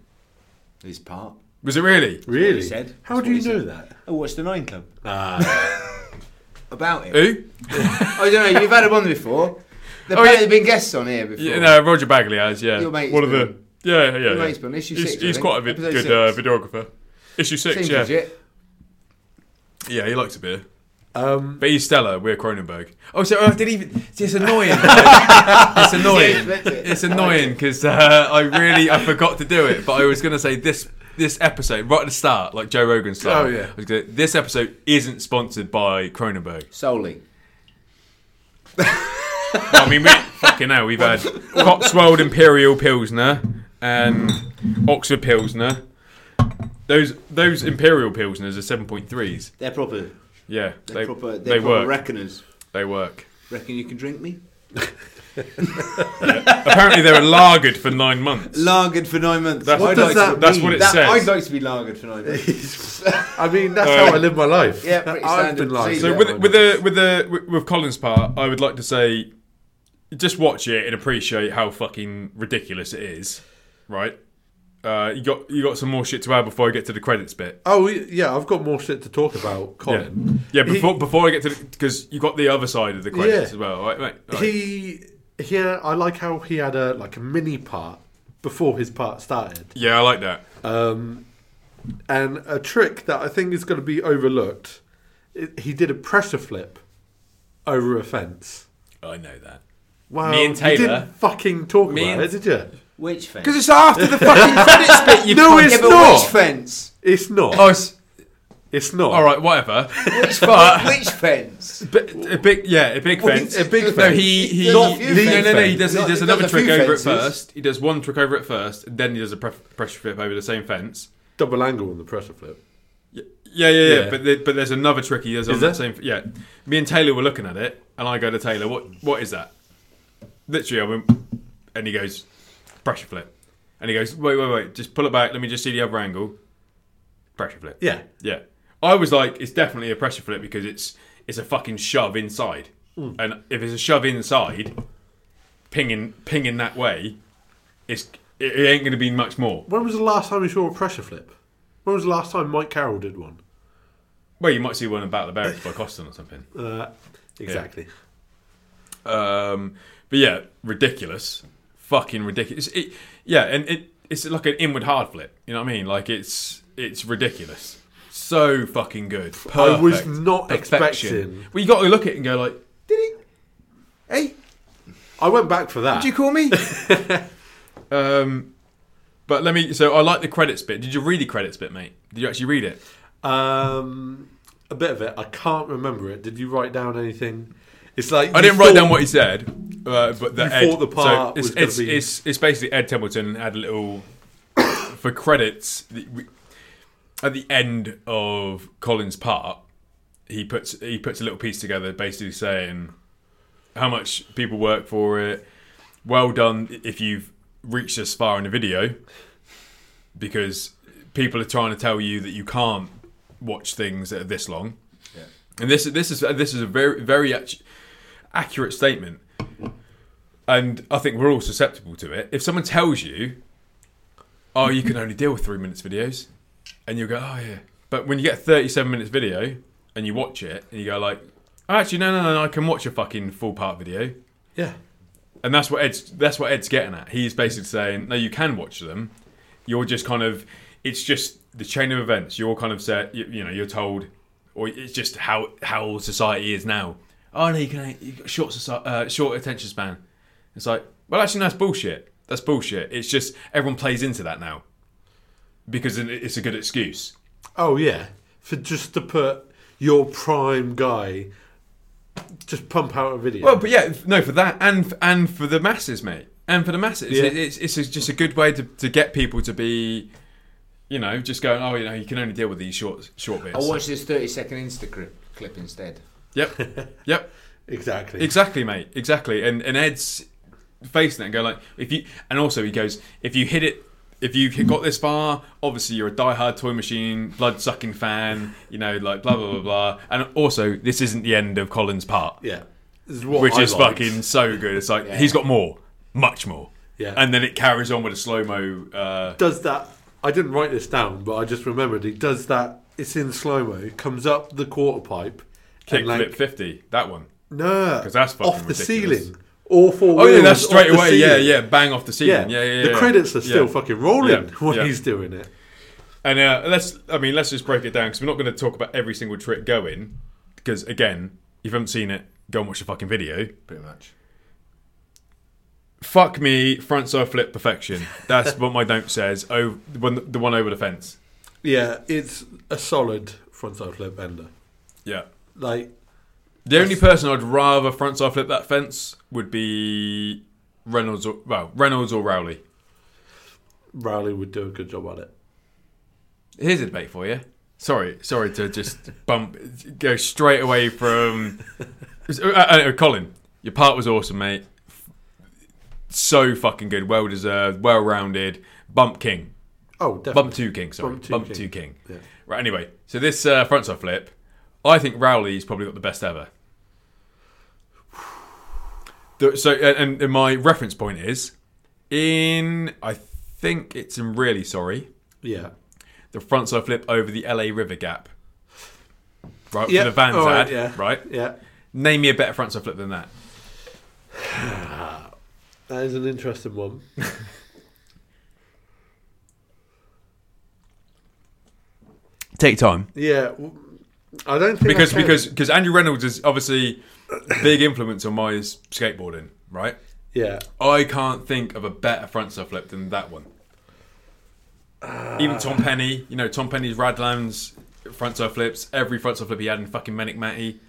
His part. Was it really? he really? said. How That's do what you he know said. that? I watched Oh, the Nine Club. Ah, [laughs] About it. Who? I don't know, you've had him on before. There Oh, have yeah. been guests on here before. Yeah, no, Roger Bagley has, yeah. Your mate One of has the. been- Yeah, yeah. yeah. mate's been issue he's six, I he's think. quite a bit, Episode good six. uh, videographer. Issue six, Seems yeah. legit. Yeah, he likes a beer. um, But he's Stella, we're Cronenberg. Oh, so oh, I didn't even. see, [laughs] It's annoying. it's annoying. that's it. It's annoying because uh, I really I forgot to do it, but I was going to say this this episode right at the start, like Joe Rogan style. Oh, yeah. I was gonna, this episode isn't sponsored by Cronenberg. Solely. I mean, we, fucking hell, we've had Cotswold Imperial Pilsner and Oxford Pilsner. Those those Imperial Pilsners are seven point threes. They're proper. Yeah, They're proper. They're they proper work. reckoners. they work. Reckon you can drink me? Apparently, they were lagered for [laughs] nine months. Lagered for nine months. That's- What I'd does to- that that's what it that- says. I'd like to be lagered for nine months. [laughs] I mean, that's how I live my life. Uh, Yeah, pretty [laughs] I've standard been like. procedure. So with with the with the with, with Colin's part, I would like to say, just watch it and appreciate how fucking ridiculous it is, right? Uh, you got you got some more shit to add before I get to the credits bit. oh yeah, I've got more shit to talk about, Yeah, Colin. yeah. Before before I get to because you got the other side of the credits Yeah. as well, right? mate? Right. He, yeah, I like how he had a like a mini part before his part started, yeah, I like that. and a trick that I think is going to be overlooked. It, he did a pressure flip over a fence. I know that. Wow, Me and you Taylor- didn't fucking talk Me about and- it, did you? Which fence? Because it's after the [laughs] fucking credits bit. You No, cunt. it's yeah, but which not. [laughs] fence? It's not. Oh, it's- It's not. all right, whatever. Which, fence? which fence? But a big, yeah, a big Well, fence. a big No, fence. he he. Not a he- few no, no, no. He fences. does. He Not- does he another does a trick few over it fences. first. He does one trick over it first, and then he does a pre- pressure flip over the same fence. Double angle on the pressure flip. Yeah, yeah, yeah. Yeah. But there, but there's another trick he does on Is that there? same. Yeah, me and Taylor were looking at it, and I go to Taylor, "What what is that?" Literally, I went, and he goes, "Pressure flip," and he goes, "Wait, wait, wait. Just pull it back. Let me just see the other angle." Pressure flip. Yeah. Yeah. I was like, it's definitely a pressure flip because it's it's a fucking shove inside. Mm. And if it's a shove inside, pinging pinging that way, it's it, it ain't gonna be much more. When was the last time you saw a pressure flip? When was the last time Mike Carroll did one? Well, you might see one in Battle of Barracks by Costin or something. Uh, exactly. Um, but yeah, ridiculous, fucking ridiculous. It, yeah, and it it's like an inward hard flip. You know what I mean? Like it's it's ridiculous. So fucking good. Perfect. I was not expecting- Well, you got to look at it and go like, Hey, I went back for that. do you call [laughs] me? Um, but let me. So I like the credits bit. Did you read the credits bit, mate? Did you actually read it? Um, a bit of it. I can't remember it. Did you write down anything? It's like I you didn't write thought- down what he said, uh, but that You Ed, thought the part so it's, was gonna it's, be- it's it's basically Ed Templeton had a little [coughs] for credits the- we- at the end of Colin's part. He puts he puts a little piece together, basically saying how much people work for it. Well done if you've reached this far in the video, because people are trying to tell you that you can't watch things that are this long. And this this is this is a very very actu- accurate statement. And I think we're all susceptible to it. If someone tells you, "Oh, you can only deal with three minutes videos," and you go, "Oh yeah," but when you get a thirty-seven minutes video and you watch it and you go like, oh, "Actually, no, no, no, I can watch a fucking full part video," Yeah. and that's what Ed's that's what Ed's getting at. He's basically saying, "No, you can watch them. You're just kind of it's just the chain of events. You're kind of set. You, you know, you're told, or it's just how how society is now. Oh no, you can you got short soci- uh, short attention span. It's like, well, actually, no, that's bullshit. That's bullshit. It's just everyone plays into that now because it- it's a good excuse. Oh yeah. For just to put your prime guy, just pump out a video. Well, but yeah, no, for that and and for the masses, mate, and for the masses, Yeah. it's, it's it's just a good way to, to get people to be, you know, just going, oh, you know, you can only deal with these short short bits. I watched this 30 second Insta clip, clip instead. [laughs] Yep, yep, exactly. exactly, mate, exactly. And and Ed's facing it and going like, if you, and also he goes, if you hit it. If you've got this far, obviously you're a diehard Toy Machine, blood sucking fan, you know, like blah, blah, blah, blah. And also, this isn't the end of Colin's part. yeah. This is what which I is liked. fucking so good. It's like he's got more, much more. Yeah. And then it carries on with a slow mo. Uh, does that. I didn't write this down, but I just remembered he does that. It's in slow mo. Comes up the quarter pipe. kick and like, flip fifty. That one. No, 'Cause that's fucking off the ridiculous. ceiling. All four. Oh yeah, wheels that's straight off the away. Yeah, ceiling. yeah, bang off the yeah, ceiling. Yeah, yeah. yeah, The credits are still Yeah. fucking rolling Yeah, when yeah. he's doing it. And uh, let's, I mean, let's just break it down because we're not going to talk about every single trick going. Because again, if you haven't seen it, go and watch the fucking video. Pretty much. Fuck me, front side flip perfection. That's [laughs] what my note says. Oh, the one, the one over the fence. Yeah, it's a solid frontside flip ender. Yeah. Like, The only person I'd rather frontside flip that fence would be Reynolds or well Reynolds or Rowley. Rowley would do a good job at it. Here's a debate for you. Sorry, sorry [laughs] to just bump go uh, straight away from uh, uh, Colin. Your part was awesome, mate. so fucking good, well deserved, well rounded. Bump King, Oh, definitely. Bump Two King, sorry, Bump Bump Two Two, King. King. Yeah. Right. Anyway, so this uh, frontside flip, I think Rowley's probably got the best ever. The- so, and, and my reference point is in I think it's in really sorry Yeah. the frontside flip over the LA River Gap. Right, Yeah, for the Vans all right, ad, yeah. right? Yeah. Name me a better frontside flip than that. That is an interesting one. Take time. Yeah. w- I don't think I because can. because because Andrew Reynolds is obviously a big influence on my s- skateboarding, right? yeah. I can't think of a better front surf flip than that one. Even Tom Penny, you know, Tom Penny's Radlands front surf flips, every front surf flip he had in fucking Manic Matty.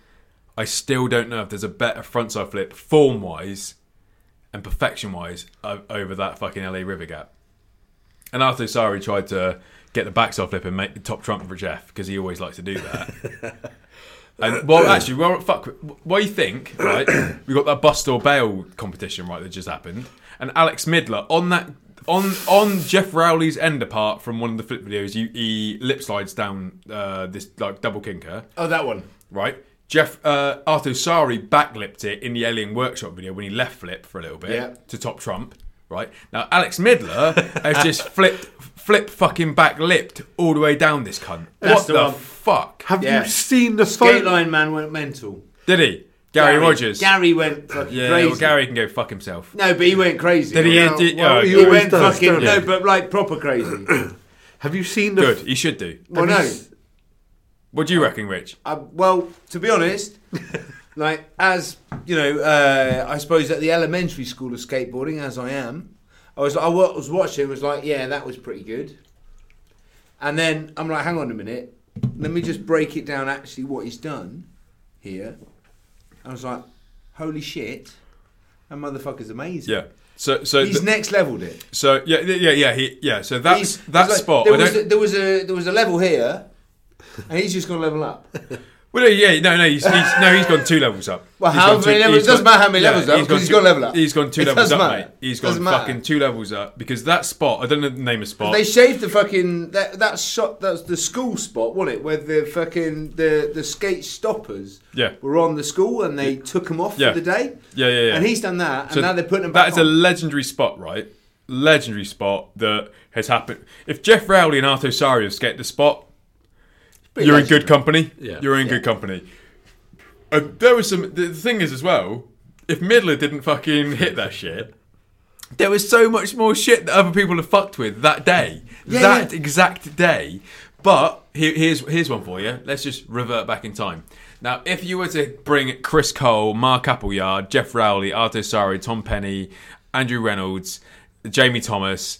I still don't know if there's a better front surf flip form wise and perfection wise over that fucking LA River Gap. And after Sari tried to get the backside flip and make the top trump for Jeff because he always likes to do that. [coughs] And well, actually, well, fuck. What do you think? [coughs] Right, we got that bust or bail competition right that just happened, and Alex Midler on that on on Jeff Rowley's end apart from one of the flip videos, you he lip slides down uh, this like double kinker, Oh, that one. right? Jeff uh, Arthur Sari backlipped it in the Alien Workshop video when he left flip for a little bit Yeah. to top Trump, right? Now Alex [laughs] Midler has just flipped flip fucking backlipped all the way down this cunt. That's what the the, one. fuck? Have Yeah. you seen the Skate photo? line man went mental. Did he? Gary, Rogers. Gary went fucking Yeah, crazy. well, Gary can go fuck himself. No, but he went crazy. Did he? He, did, well, oh, you- good. always went does, fucking don't no, he? but like [clears throat] proper crazy. Have you seen the? good. He should do. well, Have you no. s- What do you reckon, Rich? I, well, to [laughs] be honest, like as you know, uh, I suppose at the elementary school of skateboarding, as I am, I was I wa- was watching, was like, yeah, that was pretty good. And then I'm like, hang on a minute, let me just break it down. Actually, what he's done here, I was like, holy shit, that motherfucker's amazing. Yeah. So, so, he's th- next leveled it. so yeah, yeah, yeah, he, yeah. So that's He's- that he's like, spot. There I was, don't- a, there was a there was a level here, and he's just gonna [laughs] level up. Well, no, yeah, no, no, he's, he's no, he's gone two levels up. Well, He's how gone many two- levels- he's doesn't matter how many levels up, 'cause he's two- gone level up. He's gone two It levels doesn't up, matter. mate. He's gone Doesn't matter. fucking two levels up because that spot. I don't know the name of spot. They shaved the fucking that that shot. That's the school spot, wasn't it? Where the fucking the the skate stoppers Yeah. were on the school and they took 'em took them off Yeah. for the day. Yeah, yeah, yeah. And he's done that, and So now they're putting them That back. is a on. legendary spot, right? Legendary spot that has happened. If Jeff Rowley and Arthur Sari have skated the spot, pretty you're in good company. Yeah. You're in good company. Uh, there was some. The the thing is, as well, if Midler didn't fucking hit that shit, there was so much more shit that other people have fucked with that day, that exact day. But here, here's here's one for you. Let's just revert back in time. Now, if you were to bring Chris Cole, Mark Appleyard, Jeff Rowley, Arto Sari, Tom Penny, Andrew Reynolds, Jamie Thomas,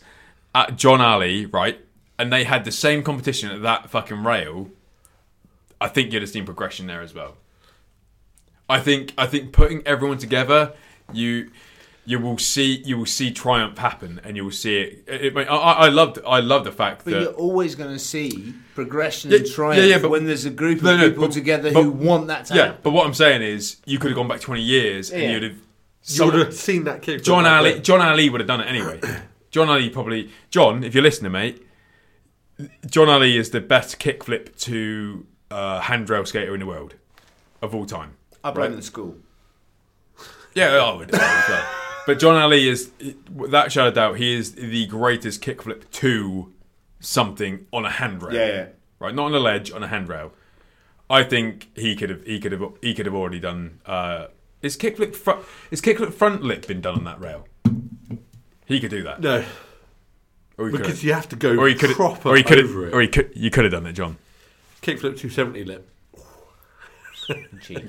uh, John Alley, right, and they had the same competition at that fucking rail, I think you'd have seen progression there as well. I think I think putting everyone together, you you will see you will see triumph happen, and you will see it. it, it I, I I loved I love the fact But that you're always going to see progression and Yeah, triumph yeah, yeah, but- when there's a group of No, no, people but- together but- who want that to yeah. happen. But what I'm saying is, you could have gone back 20 years, Yeah. and you'd have. You would some- have seen that kid. John Like Ali. that. John Ali would have done it [clears throat] anyway. John Ali probably. John, if you're listening, mate. John Ali is the best kickflip to uh, handrail skater in the world of all time. I blame Right. the school. Yeah, oh, I would. I would as well. But John Ali is, without shadow of doubt, he is the greatest kickflip to something on a handrail. Yeah, yeah. Right, not on a ledge, on a handrail. I think he could have, he could have, he could have already done. Uh, is kickflip front, is kickflip front lip been done on that rail? He could do that. No, or he because could've. you have to go or he could, proper or he could, over it. or he could, you could have done it, John. Kickflip 270 lip.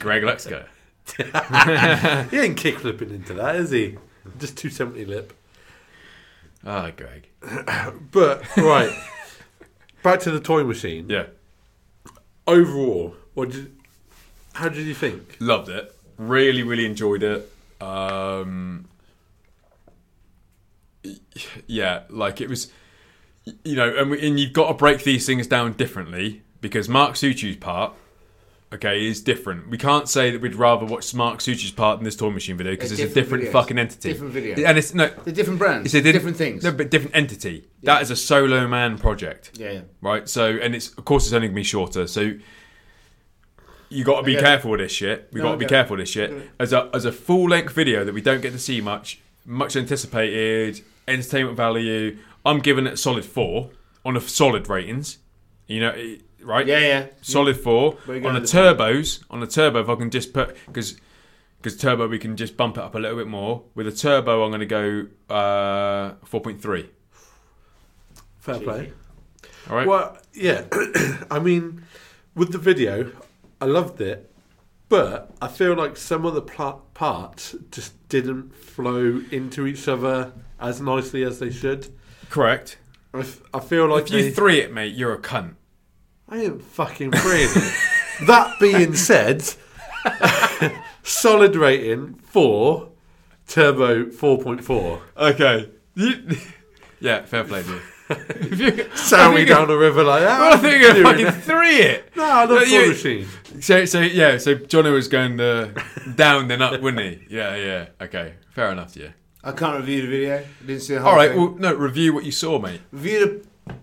Greg, let's go. He ain't kickflipping into that, is he? Just 270 lip. Ah, Greg. But right, [laughs] back to the toy machine. Yeah. Overall, what did? How did you think? Loved it. Really, really enjoyed it. Um, yeah, like it was, you know, and, we, and you've got to break these things down differently because Mark Suchu's part okay, is different. We can't say that we'd rather watch Mark Suchi's part in this tour machine video because They're it's a different different videos. fucking entity. Different video. And it's no, They're different brands. it's a di- different things. No, but different entity. That is a solo man project. Yeah, yeah. Right. So, and it's of course it's only gonna be shorter. So. You got to be Okay. careful with this shit. We got to be okay. careful with this shit. As a as a full length video that we don't get to see much, much anticipated, entertainment value. I'm giving it a solid four on a solid ratings. You know, it- right? Yeah, yeah. solid four We're on going the to- turbos. On the turbo, if I can just put because because turbo we can just bump it up a little bit more. With a turbo, I'm going to go uh, four point three. Fair play. All right. Well, yeah. [clears throat] I mean, with the video, I loved it, but I feel like some of the pl- parts just didn't flow into each other as nicely as they should. Correct. I, f- I feel like If you they- three it, mate, you're a cunt. I am fucking brilliant. [laughs] that being said, [laughs] solid rating four, turbo four point four. Okay. [laughs] yeah, fair play, dude. if you, Sally down the river like that. Well, I think you're doing fucking it. three it. No, I love Like, you- Claw Machine. So, so yeah, so Johnny was going the down then up, wouldn't he? Yeah, yeah. Okay, fair enough. Yeah. I can't review the video. I didn't see the whole All right. thing. Well, no, review what you saw, mate. review the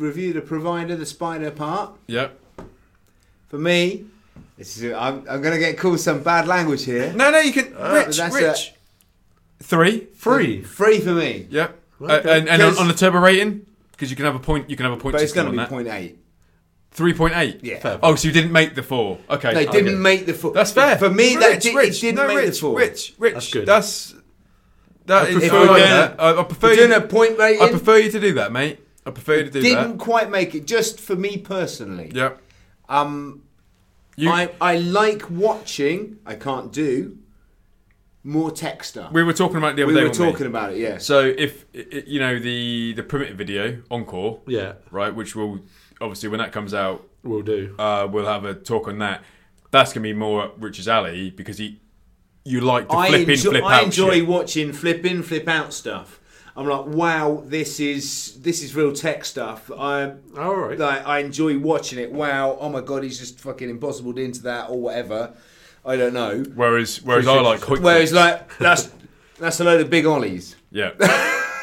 review the provider, the spider part. Yep. For me, this is I'm, I'm going to get called some bad language here. No, no, you can. Ah, but Rich, that's Rich. Three. Free. Free for me, Yep. Okay. Uh, and and on, 'Cause- on the turbo rating, because you can have a point. You can have a point but it's system going on to be that. point eight. Three point eight. Yeah. Fair Oh, so you didn't make the four. Okay. They okay. didn't make the four. That's fair. For me, that Rich, did, Rich, it didn't no, make Rich, the four. Rich, Rich, That's good. That's that is- prefer I like that. that. I, I prefer We're you- doing a point rating. I prefer you to do that, mate. I prefer you to do didn't that. quite make it. Just for me personally, Yep. um, You, I I like watching. I can't do more tech stuff. we were talking about it the other We day. were weren't we? talking about it. Yeah. So if i- i- you know the the primitive video encore, Yeah, right, which will obviously when that comes out, will do. uh, we'll have a talk on that. That's gonna be more up Rich's alley because he, you like to I flip in, enjoy, flip I out. enjoy shit. watching flip in, flip out stuff. I'm like, wow, this is this is real tech stuff. I All right. like, I enjoy watching it. Wow, oh my god, he's just fucking impossible into that or whatever. I don't know. Whereas, whereas I like quick. Whereas like that's that's a load of big ollies, yeah,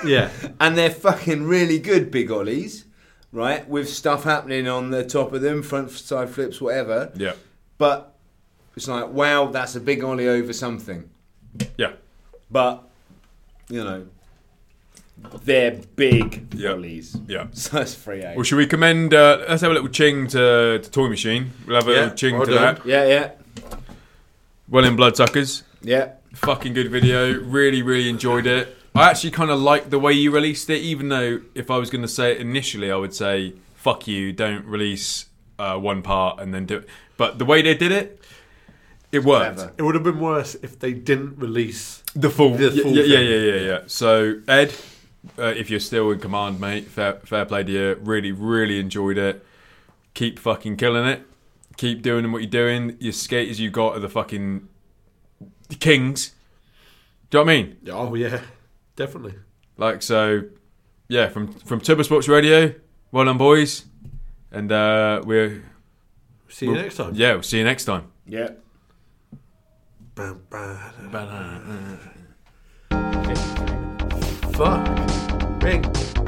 yeah, and they're fucking really good big ollies, right? With stuff happening on the top of them, front side flips, whatever. yeah, But it's like, wow, that's a big ollie over something. yeah, but you know they're big Yeah. bullies. yeah. [laughs] So that's free eight. Well, should we commend? Uh, let's have a little ching to, to Toy Machine. We'll have a Yeah, little ching well to done. that. yeah, yeah, Well in Bloodsuckers. yeah. Fucking good video. Really, really enjoyed it. I actually kind of liked the way you released it, even though if I was going to say it initially, I would say fuck you, don't release uh, one part and then do it. But the way they did it, it worked. Clever. it would have been worse if they didn't release. The full, The yeah, full yeah, yeah, thing. yeah, yeah, yeah. So Ed, uh, if you're still in command, mate, fair, fair play to you. Really, really enjoyed it. Keep fucking killing it. Keep doing what you're doing. Your skaters you got are the fucking kings. Do you know what I mean? Oh yeah, definitely. Like so, yeah. From from Turbo Sports Radio, well done, boys. And uh, we're See you next time. yeah. We'll see you next time. yeah. Bam, bam. Fuck. Ring.